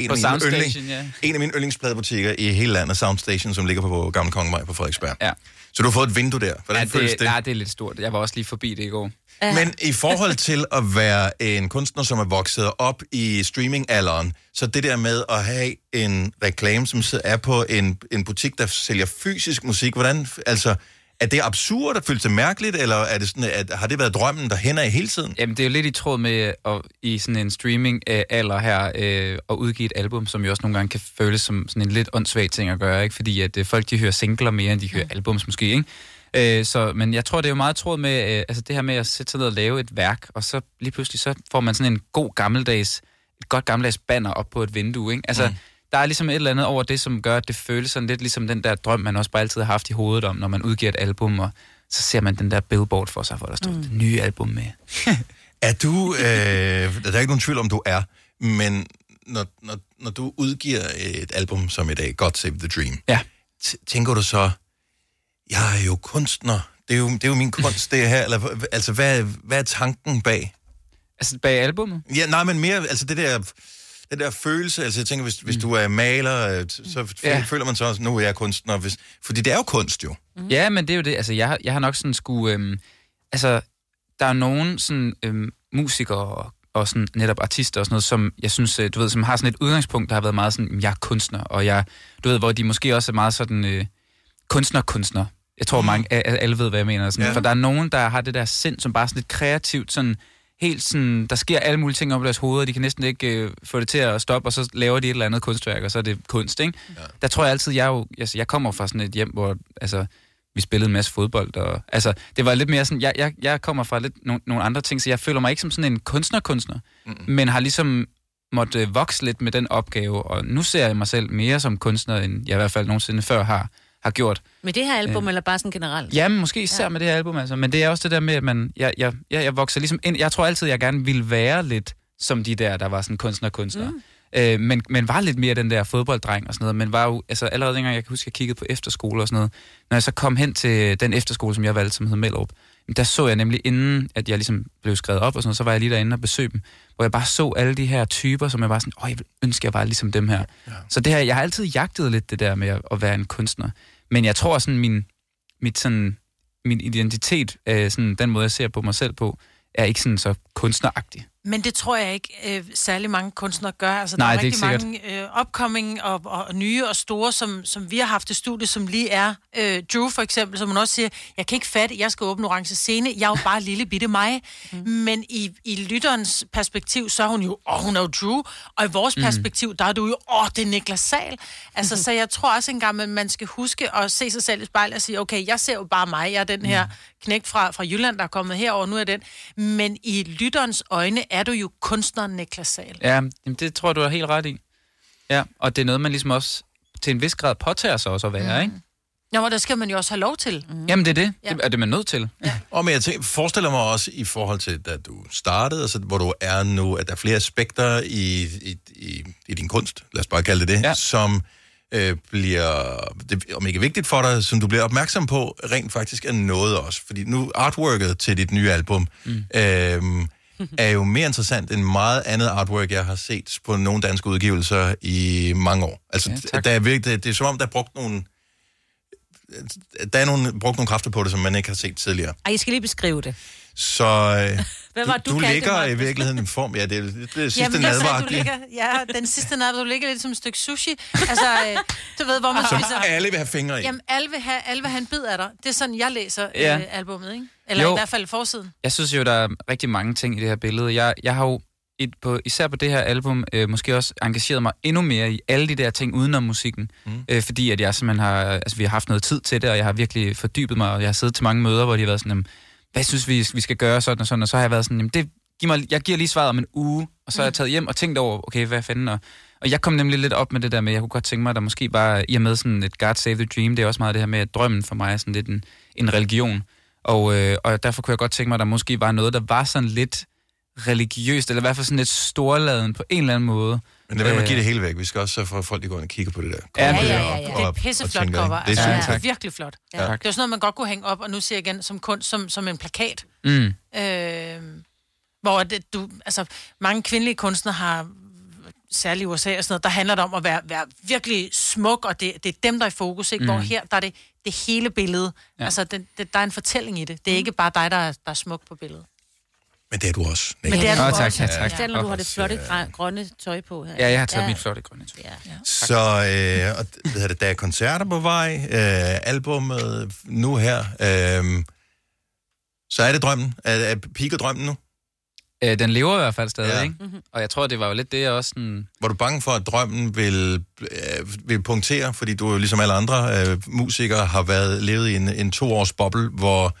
Speaker 1: mine
Speaker 9: Soundstation,
Speaker 1: yndling,
Speaker 9: ja.
Speaker 1: en af mine yndlingspladebutikker i hele landet, Soundstation, som ligger på Gamle Kongevej på Frederiksberg.
Speaker 9: Ja.
Speaker 1: Så du har fået et vindue der. Hvordan
Speaker 9: Ja,
Speaker 1: føles
Speaker 9: det,
Speaker 1: det?
Speaker 9: nej, det er lidt stort. Jeg var også lige forbi det i går.
Speaker 1: Ja. Men i forhold til at være en kunstner, som er vokset op i streamingalderen, så det der med at have en reklame, som sidder- er på en, en butik, der sælger fysisk musik, hvordan, altså, er det absurd at føle sig mærkeligt, eller er det sådan, at, har det været drømmen, der hænder i hele tiden?
Speaker 9: Jamen, det er jo lidt i tråd med øh, at, i sådan en streaming-alder her, øh, at udgive et album, som jo også nogle gange kan føles som sådan en lidt åndssvag ting at gøre, ikke? fordi at øh, folk de hører singler mere, end de hører albums måske, ikke? Øh, så, men jeg tror, det er jo meget i tråd med øh, altså det her med at sætte sig ned og lave et værk, og så lige pludselig så får man sådan en god gammeldags, et godt gammeldags banner op på et vindue. Ikke? Altså,
Speaker 23: Mm.
Speaker 9: der er ligesom et eller andet over det, som gør, at det føles sådan lidt ligesom den der drøm, man også bare altid har haft i hovedet om, når man udgiver et album, og så ser man den der billboard for sig, hvor der står mm. det nye album med. <laughs>
Speaker 1: Er du, øh, der er ikke nogen tvivl om, du er, men når, når, når du udgiver et album som i dag, God Save the Dream,
Speaker 9: ja.
Speaker 1: tænker du så, jeg er jo kunstner, det er jo, det er jo min kunst, det her, eller, hva- altså hvad, hvad er tanken bag?
Speaker 9: Altså bag albumet?
Speaker 1: Ja, nej, men mere, altså det der, den der følelse, altså jeg tænker, hvis, hvis du er maler, øh, så så
Speaker 9: Mm. Ja.
Speaker 1: føler man så også, nu er jeg kunstner, hvis, fordi det er jo kunst jo.
Speaker 9: Mm. Ja, men det er jo det. Altså, jeg, har- jeg har nok sådan skulle... Øhm, altså, der er nogen sådan, øhm, musikere og, og sådan netop artister og sådan noget, som jeg synes, øh, du ved, som har sådan et udgangspunkt, der har været meget sådan, "Jamen, jeg er kunstner, og jeg, du ved, hvor de måske også er meget sådan øh, kunstner-kunstner. Jeg tror, mange, a- a- alle ved, hvad jeg mener. Sådan.
Speaker 24: Ja.
Speaker 9: Ja. For der er nogen, der har det der sind, som bare er sådan lidt kreativt, sådan helt sådan, der sker alle mulige ting op i deres hoveder, og de kan næsten ikke øh, få det til at stoppe, og så laver de et eller andet kunstværk, og så er det kunst, ikke? Ja. Der tror jeg altid, jeg er jo, altså, jeg kommer fra sådan et hjem, hvor, altså, vi spillede en masse fodbold, og altså, det var lidt mere sådan, jeg, jeg, jeg kommer fra lidt no, nogle andre ting, så jeg føler mig ikke som sådan en kunstner-kunstner, mm. men har ligesom måtte øh, vokse lidt med den opgave, og nu ser jeg mig selv mere som kunstner, end jeg i hvert fald nogensinde før har, har gjort.
Speaker 3: Med det her album,
Speaker 9: Øh.
Speaker 3: eller bare sådan generelt?
Speaker 9: Ja, men måske især ja. med det her album, altså. Men det er også det der med, at man, jeg, jeg, jeg, jeg vokser ligesom ind. Jeg tror altid, jeg gerne ville være lidt som de der, der var sådan kunstner-kunstnere. Mm. Øh, men, men var lidt mere den der fodbolddreng og sådan noget, men var jo, altså allerede dengang, jeg kan huske, jeg kiggede på efterskole og sådan noget, når jeg så kom hen til den efterskole, som jeg valgte, som hed Mellerup, der så jeg nemlig, inden at jeg ligesom blev skrevet op og sådan noget, så var jeg lige derinde og besøgte dem, hvor jeg bare så alle de her typer, som jeg var sådan, åh, jeg vil ønske, jeg var ligesom dem her. Ja. Så det her, jeg har altid jagtet lidt det der med at, at være en kunstner, men jeg tror sådan, min, mit sådan, min identitet, øh, sådan den måde, jeg ser på mig selv på, er ikke sådan så kunstneragtig.
Speaker 2: Men det tror jeg ikke øh, særlig mange kunstnere gør. Altså,
Speaker 9: Nej,
Speaker 2: der er
Speaker 9: det er
Speaker 2: rigtig
Speaker 9: ikke
Speaker 2: mange øh, opkomming og, og, og nye og store, som, som vi har haft i studiet, som lige er øh, Drew for eksempel, som hun også siger, jeg kan ikke fatte, jeg skal åbne orange scene, jeg er jo bare lille bitte mig. Mm. Men i, i lytterens perspektiv, så er hun jo, åh, hun er jo Drew, og i vores
Speaker 4: Mm.
Speaker 2: mm.
Speaker 9: Mhm.
Speaker 2: perspektiv, der er du jo, åh, det er Niklas Sal. Altså, så jeg tror også engang, at man skal huske at se sig selv i spejlet og sige, okay, jeg ser jo bare mig, jeg er den
Speaker 9: Mhm.
Speaker 2: her knæk fra, fra Jylland, der er kommet herover, nu er den. Men i lytterens øjne er du jo kunstneren Niklas Sal.
Speaker 9: Ja, jamen, det tror jeg, du er helt ret i. Ja, og det er noget, man ligesom også til en vis grad påtager sig også at være, mm. ikke?
Speaker 2: Nå, og der skal man jo også have lov til. Mm.
Speaker 9: Mhm. Jamen, det er det.
Speaker 2: Ja.
Speaker 9: Ja. det er det man nødt til?
Speaker 1: Ja. Og men jeg tænker, forestiller mig også i forhold til, da du startede, altså, hvor du er nu, at der er flere aspekter i, i, i, i din kunst, lad os bare kalde det det, ja. som øh, bliver, det, om ikke vigtigt for dig, som du bliver opmærksom på, rent faktisk er noget også. Fordi nu artworket til dit nye album mm. øh, er jo mere interessant end meget andet artwork, jeg har set på nogle danske udgivelser i mange år. Altså, ja, der er virkelig, det, det er som om, der er brugt nogle der er nogle, brugt nogle kræfter på det, som man ikke har set tidligere.
Speaker 3: Ej, I skal lige beskrive det.
Speaker 1: Så øh,
Speaker 3: Hvad var det,
Speaker 1: du,
Speaker 3: du
Speaker 1: du
Speaker 3: kaldte
Speaker 1: ligger
Speaker 3: mig?
Speaker 1: i virkeligheden i en form. Ja, det er det er sidste
Speaker 2: Jamen,
Speaker 1: Jamen,
Speaker 2: jeg sagde, du
Speaker 1: nadvagt.
Speaker 2: ligger, ja, den sidste nat, du ligger lidt som et stykke sushi. Altså, øh, du ved, hvor man
Speaker 9: Altså,
Speaker 1: Som
Speaker 2: spiser...
Speaker 1: alle vil have fingre i.
Speaker 2: Jamen, alle vil, have, alle vil have en bid af dig. Det er sådan, jeg læser ja.
Speaker 9: Ja.
Speaker 2: øh, albumet, ikke? Eller jo.
Speaker 9: Jo.
Speaker 2: i hvert fald forsiden.
Speaker 9: Jeg synes jo, der er rigtig mange ting i det her billede. Jeg, jeg har jo et, på, især på det her album øh, måske også engageret mig endnu mere i alle de der ting udenom musikken. Mm. Øh, fordi at jeg simpelthen har, altså, vi har haft noget tid til det, og jeg har virkelig fordybet mig, og jeg har siddet til mange møder, hvor de har været sådan, jamen, hvad synes vi, vi skal gøre, sådan og sådan, og så har jeg været sådan, jamen, det, giv mig, jeg giver lige svaret om en uge, og
Speaker 1: Mm.
Speaker 9: så har jeg taget hjem og tænkt over, okay, hvad fanden, og, og jeg kom nemlig lidt op med det der med, jeg kunne godt tænke mig, at der måske bare, i og med sådan et God Save the Dream, det er også meget det her med, at drømmen for mig er sådan lidt en, en religion, og, øh, og derfor kunne jeg godt tænke mig, at der måske var noget, der var sådan lidt religiøst, eller i hvert fald sådan lidt storladen på en eller anden måde.
Speaker 1: Men det vil man give
Speaker 9: Øh,
Speaker 1: det hele væk. Vi skal også sørge for, at folk de går ind og kigger på det der.
Speaker 9: Ja,
Speaker 1: Kommer
Speaker 9: ja,
Speaker 1: der
Speaker 9: ja,
Speaker 1: op
Speaker 2: Ja,
Speaker 1: og-
Speaker 2: det er
Speaker 1: og
Speaker 2: et pisseflot
Speaker 1: tænker,
Speaker 2: cover.
Speaker 1: Det
Speaker 2: altså,
Speaker 1: er super,
Speaker 2: det er
Speaker 1: tak.
Speaker 2: virkelig flot.
Speaker 1: Ja.
Speaker 2: Ja. Det er
Speaker 1: Tak.
Speaker 2: jo sådan noget, man godt kunne hænge op, og nu ser jeg igen som kunst, som, som en plakat.
Speaker 9: Mm.
Speaker 2: Øh, hvor det, du, altså, mange kvindelige kunstnere har, særligt i USA og sådan noget, der handler det om at være, være virkelig smuk, og det, det er dem, der er i fokus, ikke? Mm. Hvor
Speaker 9: Mm.
Speaker 2: her, der er det, det hele billede. Ja.
Speaker 9: Ja.
Speaker 2: Altså, det, det, der er en fortælling i det.
Speaker 1: Mm.
Speaker 2: Det er ikke bare dig, der er, der er smuk på billedet.
Speaker 1: Men det er du også. Nick.
Speaker 3: Men det er du
Speaker 1: Åh,
Speaker 3: også.
Speaker 1: tak, ja, tak. øh,
Speaker 3: Selv når du har det flotte græ- grønne tøj på her.
Speaker 1: Ja, jeg har taget mit flotte grønne
Speaker 3: tøj. Ja.
Speaker 1: Så øh, og, hvad hedder det, der er koncerter på vej, øh, albumet nu her. Øh, så er det drømmen. Er, er piker drømmen nu?
Speaker 9: Øh, den lever i hvert fald stadig, ja. ikke?
Speaker 3: Mhm.
Speaker 9: Og jeg tror, det var jo lidt det, jeg også sådan...
Speaker 1: Var du bange for, at drømmen vil, øh, vil punktere? Fordi du jo ligesom alle andre øh, musikere har været levet i en, en toårs boble, hvor,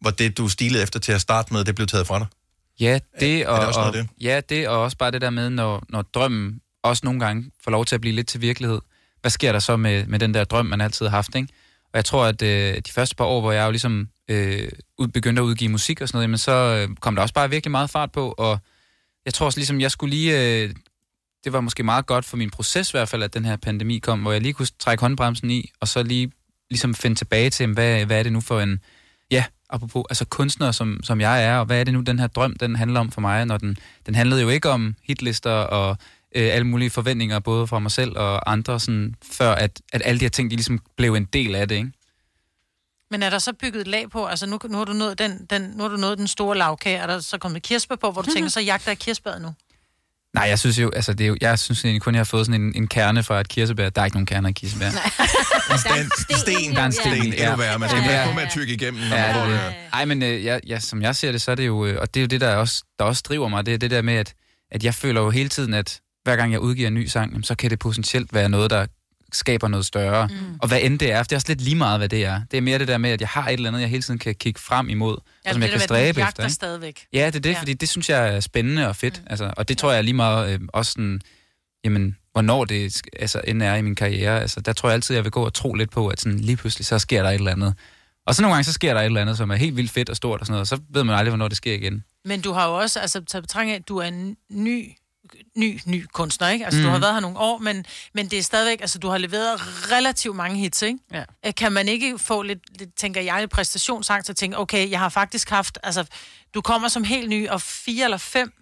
Speaker 1: hvor det, du stilede efter til at starte med, det blev taget fra dig.
Speaker 9: Ja, det og,
Speaker 1: er der også
Speaker 9: og,
Speaker 1: noget af
Speaker 9: ja, det og også bare det der med, når, når drømmen også nogle gange får lov til at blive lidt til virkelighed. Hvad sker der så med, med den der drøm, man altid har haft, ikke? Og jeg tror, at øh, de første par år, hvor jeg jo ligesom øh, ud- begyndte at udgive musik og sådan noget, jamen, så øh, kom der også bare virkelig meget fart på, og jeg tror også ligesom, jeg skulle lige... Øh, det var måske meget godt for min proces i hvert fald, at den her pandemi kom, hvor jeg lige kunne trække håndbremsen i, og så lige ligesom finde tilbage til, jamen, hvad, hvad er det nu for en, ja, apropos, altså kunstner, som, som jeg er, og hvad er det nu, den her drøm, den handler om for mig, når den, den handlede jo ikke om hitlister og øh, alle mulige forventninger, både fra mig selv og andre, sådan, før at, at alle de her ting, de ligesom blev en del af det, ikke?
Speaker 2: Men er der så bygget et lag på? Altså, nu, nu, har, du nået den, den, nu har du nået den store lavkage, er der så kommet kirsebær på,
Speaker 1: <laughs>
Speaker 2: hvor du tænker, så jagter jeg kirsebæret nu?
Speaker 9: Nej, jeg synes jo, altså det er jo, jeg synes egentlig kun, jeg har fået sådan en, en kerne fra et kirsebær. Der er ikke nogen kerner i kirsebær.
Speaker 1: Sten, sten,
Speaker 9: Der er en
Speaker 1: sten,
Speaker 9: sten,
Speaker 1: sten
Speaker 9: ja.
Speaker 1: endnu værre. Man skal
Speaker 9: Ja,
Speaker 1: passe
Speaker 9: ja,
Speaker 1: på med at tykke igennem, når man
Speaker 9: Ja,
Speaker 1: får det.
Speaker 9: det, ej, men øh, jeg, jeg, som jeg ser det, så er det jo, øh, og det er jo det, der også, der også driver mig, det er det der med, at, at jeg føler jo hele tiden, at hver gang jeg udgiver en ny sang, jamen, så kan det potentielt være noget, der skaber noget større. Mm. Og hvad end det er, for det er også lidt lige meget, hvad det er. Det er mere det der med, at jeg har et eller andet, jeg hele tiden kan kigge frem imod, ja, og som jeg kan stræbe efter.
Speaker 2: Jagter
Speaker 9: ikke?
Speaker 2: stadigvæk.
Speaker 9: Ja, det er det, ja. fordi det synes jeg er spændende og fedt. Mm. Altså, og det tror jeg lige meget øh, også sådan, jamen, hvornår det sk- altså, end er i min karriere. Altså, der tror jeg altid, jeg vil gå og tro lidt på, at sådan, lige pludselig så sker der et eller andet. Og så nogle gange, så sker der et eller andet, som er helt vildt fedt og stort og sådan noget, og så ved man aldrig, hvornår det sker igen.
Speaker 2: Men du har jo også, altså, taget betragtning af, at du er en ny, ny, ny kunstner, ikke? Altså, mm. du har
Speaker 9: Mhm.
Speaker 2: været her nogle år, men, men det er stadigvæk, altså, du har leveret relativt mange hits, ikke?
Speaker 3: Ja.
Speaker 2: Øh, Kan man ikke få lidt, lidt tænker jeg, præstationsangst og tænke, okay, jeg har faktisk haft, altså, du kommer som helt ny, og fire eller fem,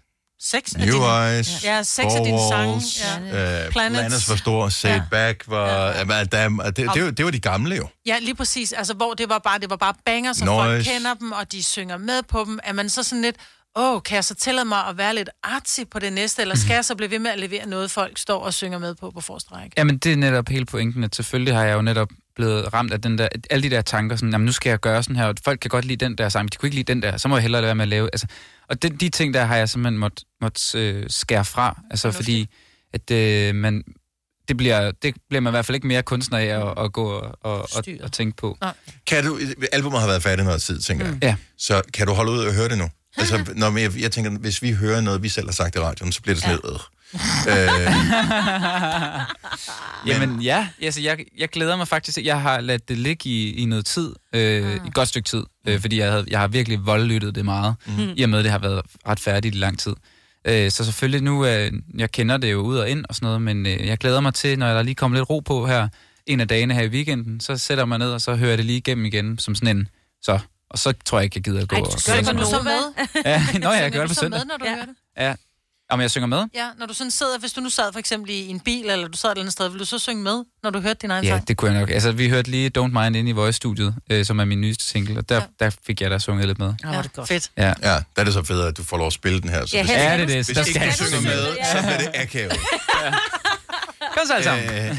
Speaker 2: seks af
Speaker 1: New
Speaker 2: dine,
Speaker 1: Eyes,
Speaker 2: ja, seks
Speaker 1: Four
Speaker 2: af dine sange,
Speaker 1: Walls,
Speaker 2: ja.
Speaker 1: øh, Planets. var stor, Say ja. Back var... Ja. Ja, der, det, det, det, var- det var de gamle jo.
Speaker 2: Ja, lige præcis. Altså, hvor det var bare, det var bare banger, som folk
Speaker 1: Noise.
Speaker 2: kender dem, og de synger med på dem. Er man så sådan lidt, åh, oh, kan jeg så tillade mig at være lidt artsy på det næste, eller skal jeg så blive ved med at levere noget, folk står og synger med på på forreste række?
Speaker 9: Jamen, det er netop hele pointen, at selvfølgelig har jeg jo netop blevet ramt af den der, alle de der tanker, sådan, jamen nu skal jeg gøre sådan her, og folk kan godt lide den der sang, men de kunne ikke lide den der, så må jeg hellere lade være med at lave. Altså, og de, de ting der har jeg simpelthen måtte, måtte øh, skære fra, altså fordi, at øh, man, det, bliver, det bliver man i hvert fald ikke mere kunstner af at, at gå og, og, og, og tænke på.
Speaker 1: Kan du, albumet har været færdigt noget tid, tænker jeg.
Speaker 9: Ja.
Speaker 1: Så kan du holde ud og høre det nu? Altså, når jeg, jeg tænker, hvis vi hører noget, vi selv har sagt i radioen, så bliver det sådan lidt...
Speaker 9: <laughs>
Speaker 1: Ja. Øh,
Speaker 2: Ah.
Speaker 9: Jamen ja, altså, jeg, jeg glæder mig faktisk. til- Jeg har ladt det ligge i, i noget tid, øh,
Speaker 2: Ah.
Speaker 9: mm. et godt stykke tid, øh, fordi jeg, havde, jeg har virkelig voldlyttet det meget,
Speaker 4: Mhm.
Speaker 9: mm. i og med at det har været ret færdigt i lang tid. Øh, så selvfølgelig nu, øh, jeg kender det jo ud og ind og sådan noget, men øh, jeg glæder mig til, når der lige kommer lidt ro på her, en af dagene her i weekenden, så sætter man ned, og så hører jeg det lige igennem igen, som sådan en, så, og så tror jeg ikke, jeg gider at gå
Speaker 2: Ej,
Speaker 9: og...
Speaker 2: du synger du så med?
Speaker 9: <laughs> Ja, nå ja,
Speaker 2: Synger
Speaker 9: jeg gør
Speaker 2: du
Speaker 9: det på
Speaker 2: så
Speaker 9: søndag.
Speaker 2: med, når du ja. hører det?
Speaker 9: Ja, Jamen, jeg synger med.
Speaker 2: Ja, når du sådan sidder, hvis du nu sad for eksempel i en bil, eller du sad et eller andet sted, vil du så synge med, når du hørte din egen
Speaker 9: Ja,
Speaker 2: sang?
Speaker 9: det kunne jeg nok. Altså, vi hørte lige Don't Mind inde i Voice-studiet, øh, som er min nyeste single, og der, ja. der fik jeg da sunget lidt med.
Speaker 2: Ja, det godt. Fedt.
Speaker 9: Ja.
Speaker 1: ja, der er det så fedt, at du får lov at spille den her. Så
Speaker 9: Ja,
Speaker 1: hvis,
Speaker 9: helst
Speaker 1: ikke-
Speaker 9: er det det, så
Speaker 1: Hvis
Speaker 9: der
Speaker 1: ikke
Speaker 9: skal
Speaker 1: du
Speaker 9: du
Speaker 1: synger
Speaker 9: synge
Speaker 1: med,
Speaker 9: med,
Speaker 1: så
Speaker 9: ja.
Speaker 1: bliver det akavet.
Speaker 9: Kom så alle sammen.
Speaker 1: Øh,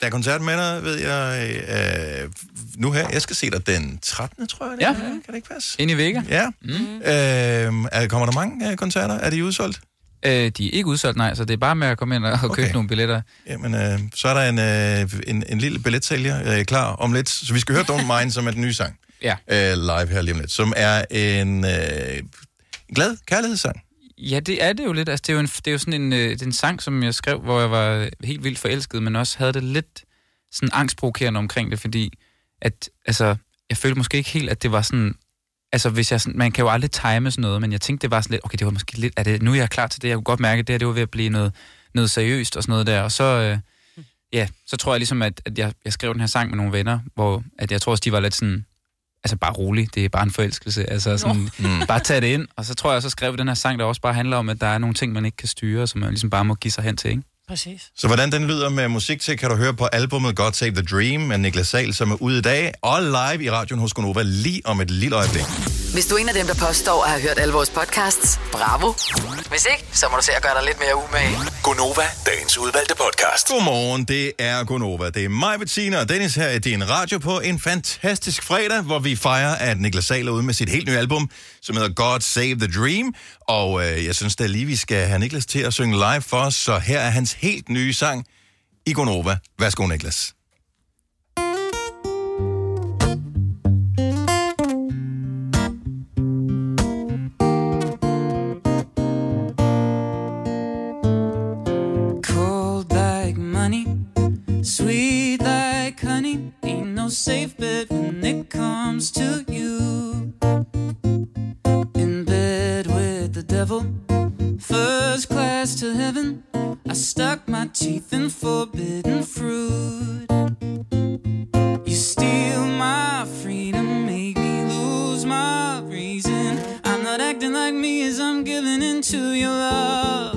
Speaker 1: der er koncert med dig, ved jeg, øh, nu her. Jeg skal se dig den 13. tror jeg. Det
Speaker 9: Ja.
Speaker 1: er. Kan det ikke passe?
Speaker 9: Ind i Vega.
Speaker 1: Ja. Mm. Øh, er- kommer der mange øh, koncerter? Er de udsolgt?
Speaker 9: Øh, de er ikke udsolgt, nej, så det er bare med at komme ind og, og købe nogle billetter.
Speaker 1: Jamen, øh, så er der en, øh, en, en lille billetsælger øh, klar om lidt. Så vi skal høre Don't Mind, som er den nye sang.
Speaker 9: <laughs> Ja.
Speaker 1: Øh, live her lige om lidt. Som er en øh, glad kærlighedssang.
Speaker 9: Ja, det er det jo lidt. Altså, det, er jo en, det er jo sådan en, øh, det er en sang, som jeg skrev, hvor jeg var helt vildt forelsket, men også havde det lidt sådan angstprovokerende omkring det, fordi at, altså, jeg følte måske ikke helt, at det var sådan... Altså, hvis jeg sådan, man kan jo aldrig time sådan noget, men jeg tænkte, det var sådan lidt, okay, det var måske lidt, er det, nu er jeg klar til det, jeg kunne godt mærke, at det her, det var ved at blive noget, noget seriøst og sådan noget der, og så, øh, ja, så tror jeg ligesom, at, at jeg, jeg skrev den her sang med nogle venner, hvor at jeg tror også, de var lidt sådan, altså bare rolig, det er bare en forelskelse, altså sådan,
Speaker 1: Mm.
Speaker 9: mm. bare tag det ind, og så tror jeg, så skrev den her sang, der også bare handler om, at der er nogle ting, man ikke kan styre, som man ligesom bare må give sig hen til, ikke?
Speaker 2: Præcis.
Speaker 1: Så hvordan den lyder med musik til, kan du høre på albumet God Save the Dream af Niklas Sahl, som er ude i dag, og live i radioen hos Gonova lige om et lille øjeblik.
Speaker 5: Hvis du er en af dem, der påstår at have hørt alle vores podcasts, bravo. Hvis ikke, så må du se at gøre dig lidt mere umage.
Speaker 6: Gonova, dagens udvalgte podcast.
Speaker 1: Godmorgen, det er Gonova. Det er mig, Bettina og Dennis her i din radio på en fantastisk fredag, hvor vi fejrer, at Niklas Sahl er ude med sit helt nye album, som hedder God Save the Dream. Og øh, jeg synes da lige, vi skal have Niklas til at synge live for os, så her er hans helt nye sang i Gonova. Værsgo, Niklas.
Speaker 4: Cold like money, sweet like honey. Ain't no safe bet when it comes to you. In bed with the devil, first class to heaven. I stuck my teeth in forbidden fruit. You steal my freedom, make me lose my reason. I'm not acting like me as I'm giving into your love.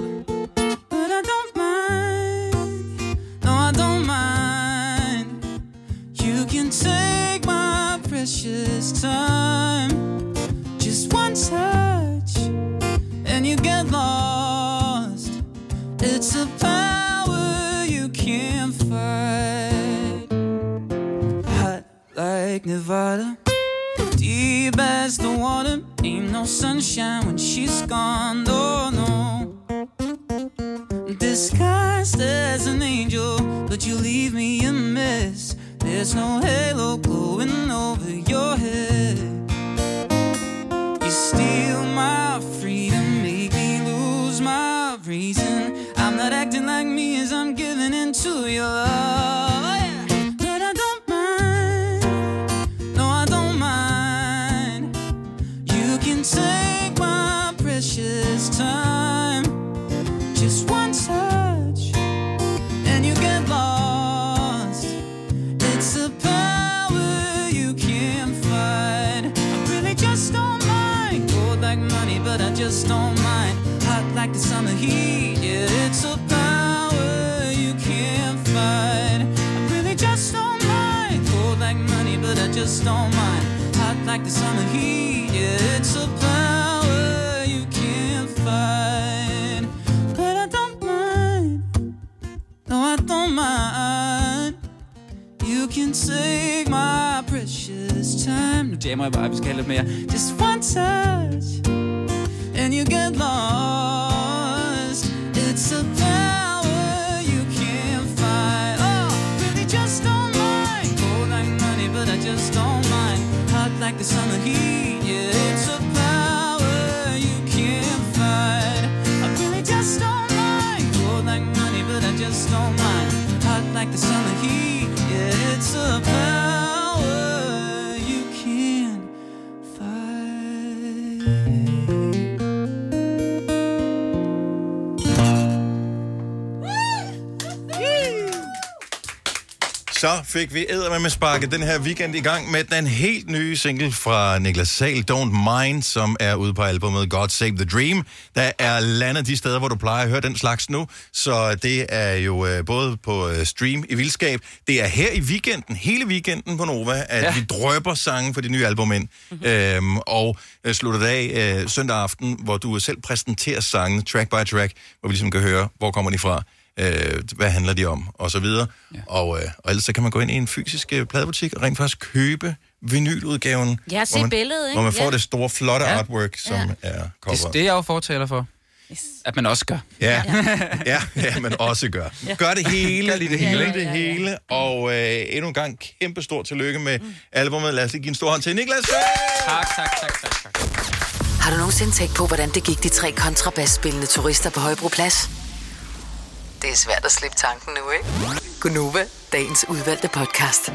Speaker 4: But I don't mind. No, I don't mind. You can take my precious time. Just one touch, and you get lost. It's a power you can't fight. Hot like Nevada. Deep as the water, ain't no sunshine when she's gone. Oh, No, no disguised as an angel, but you leave me a mess. There's no halo glowing over your head. You steal my freedom, make me lose my reason. I'm not acting like me as I'm giving into your love. Oh, Yeah. But I don't mind. No, I don't mind. You can take my just don't mind. Hot like the summer heat, yeah, it's a power you can't fight. I really just don't mind. Cold like money, but I just don't mind. Hot like the summer heat, yeah, it's a power you can't fight. But I don't mind. No, I don't mind. You can take my precious time. Nu jammer jeg bare, vi skal have lidt mere. Just one touch, and you get lost. It's a power you can't fight. Oh, really just don't mind. Cold like money, but I just don't mind. Hot like the summer heat, yeah. It's a power you can't fight. I really just don't mind. Cold like money, but I just don't mind. Hot like the summer heat, yeah. It's a power you can't
Speaker 1: Så fik vi æder med sparket den her weekend i gang med den helt nye single fra Niklas Sahl, Don't Mind, som er ude på albumet God Save the Dream. Der er landet de steder, hvor du plejer at høre den slags nu, så det er jo øh, både på øh, stream i vildskab. Det er her i weekenden, hele weekenden på Nova, at ja. vi drøber sange for de nye album ind, mm-hmm. øhm, og øh, slutter det af øh, søndag aften, hvor du selv præsenterer sangene track by track, hvor vi ligesom kan høre, hvor kommer de fra øh, hvad handler de om, og så videre. Ja. Og, øh, og ellers så kan man gå ind i en fysisk øh, pladebutik og rent faktisk købe vinyludgaven,
Speaker 3: Ja, se
Speaker 1: hvor, man,
Speaker 3: billedet, ikke?
Speaker 1: hvor man får
Speaker 3: Ja.
Speaker 1: det store, flotte
Speaker 9: Ja.
Speaker 1: ja. artwork, som ja. er
Speaker 9: Det,
Speaker 1: coveret.
Speaker 9: det er jeg jo fortaler for.
Speaker 3: Yes.
Speaker 9: At man også gør.
Speaker 1: Ja. <laughs> Ja, ja, man også gør.
Speaker 9: Ja.
Speaker 1: Gør det hele.
Speaker 9: Gør lige det hele,
Speaker 1: Gør
Speaker 9: ikke?
Speaker 1: det hele. Og øh, endnu en gang kæmpe stor tillykke med
Speaker 3: Mm.
Speaker 1: albumet. Lad os lige give en stor hånd til Niklas.
Speaker 9: Tak, tak, tak, tak. tak.
Speaker 5: Har du nogensinde tænkt på, hvordan det gik de tre kontrabasspillende turister på Højbroplads? Det er svært at slippe tanken nu, ikke? Gunova, dagens udvalgte podcast.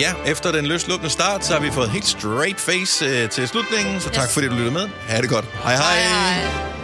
Speaker 1: Ja, efter den løslåbne start, så har vi fået helt straight face øh, til slutningen. Så tak fordi du lyttede med. Ha' det godt. Hej hej. hej, hej.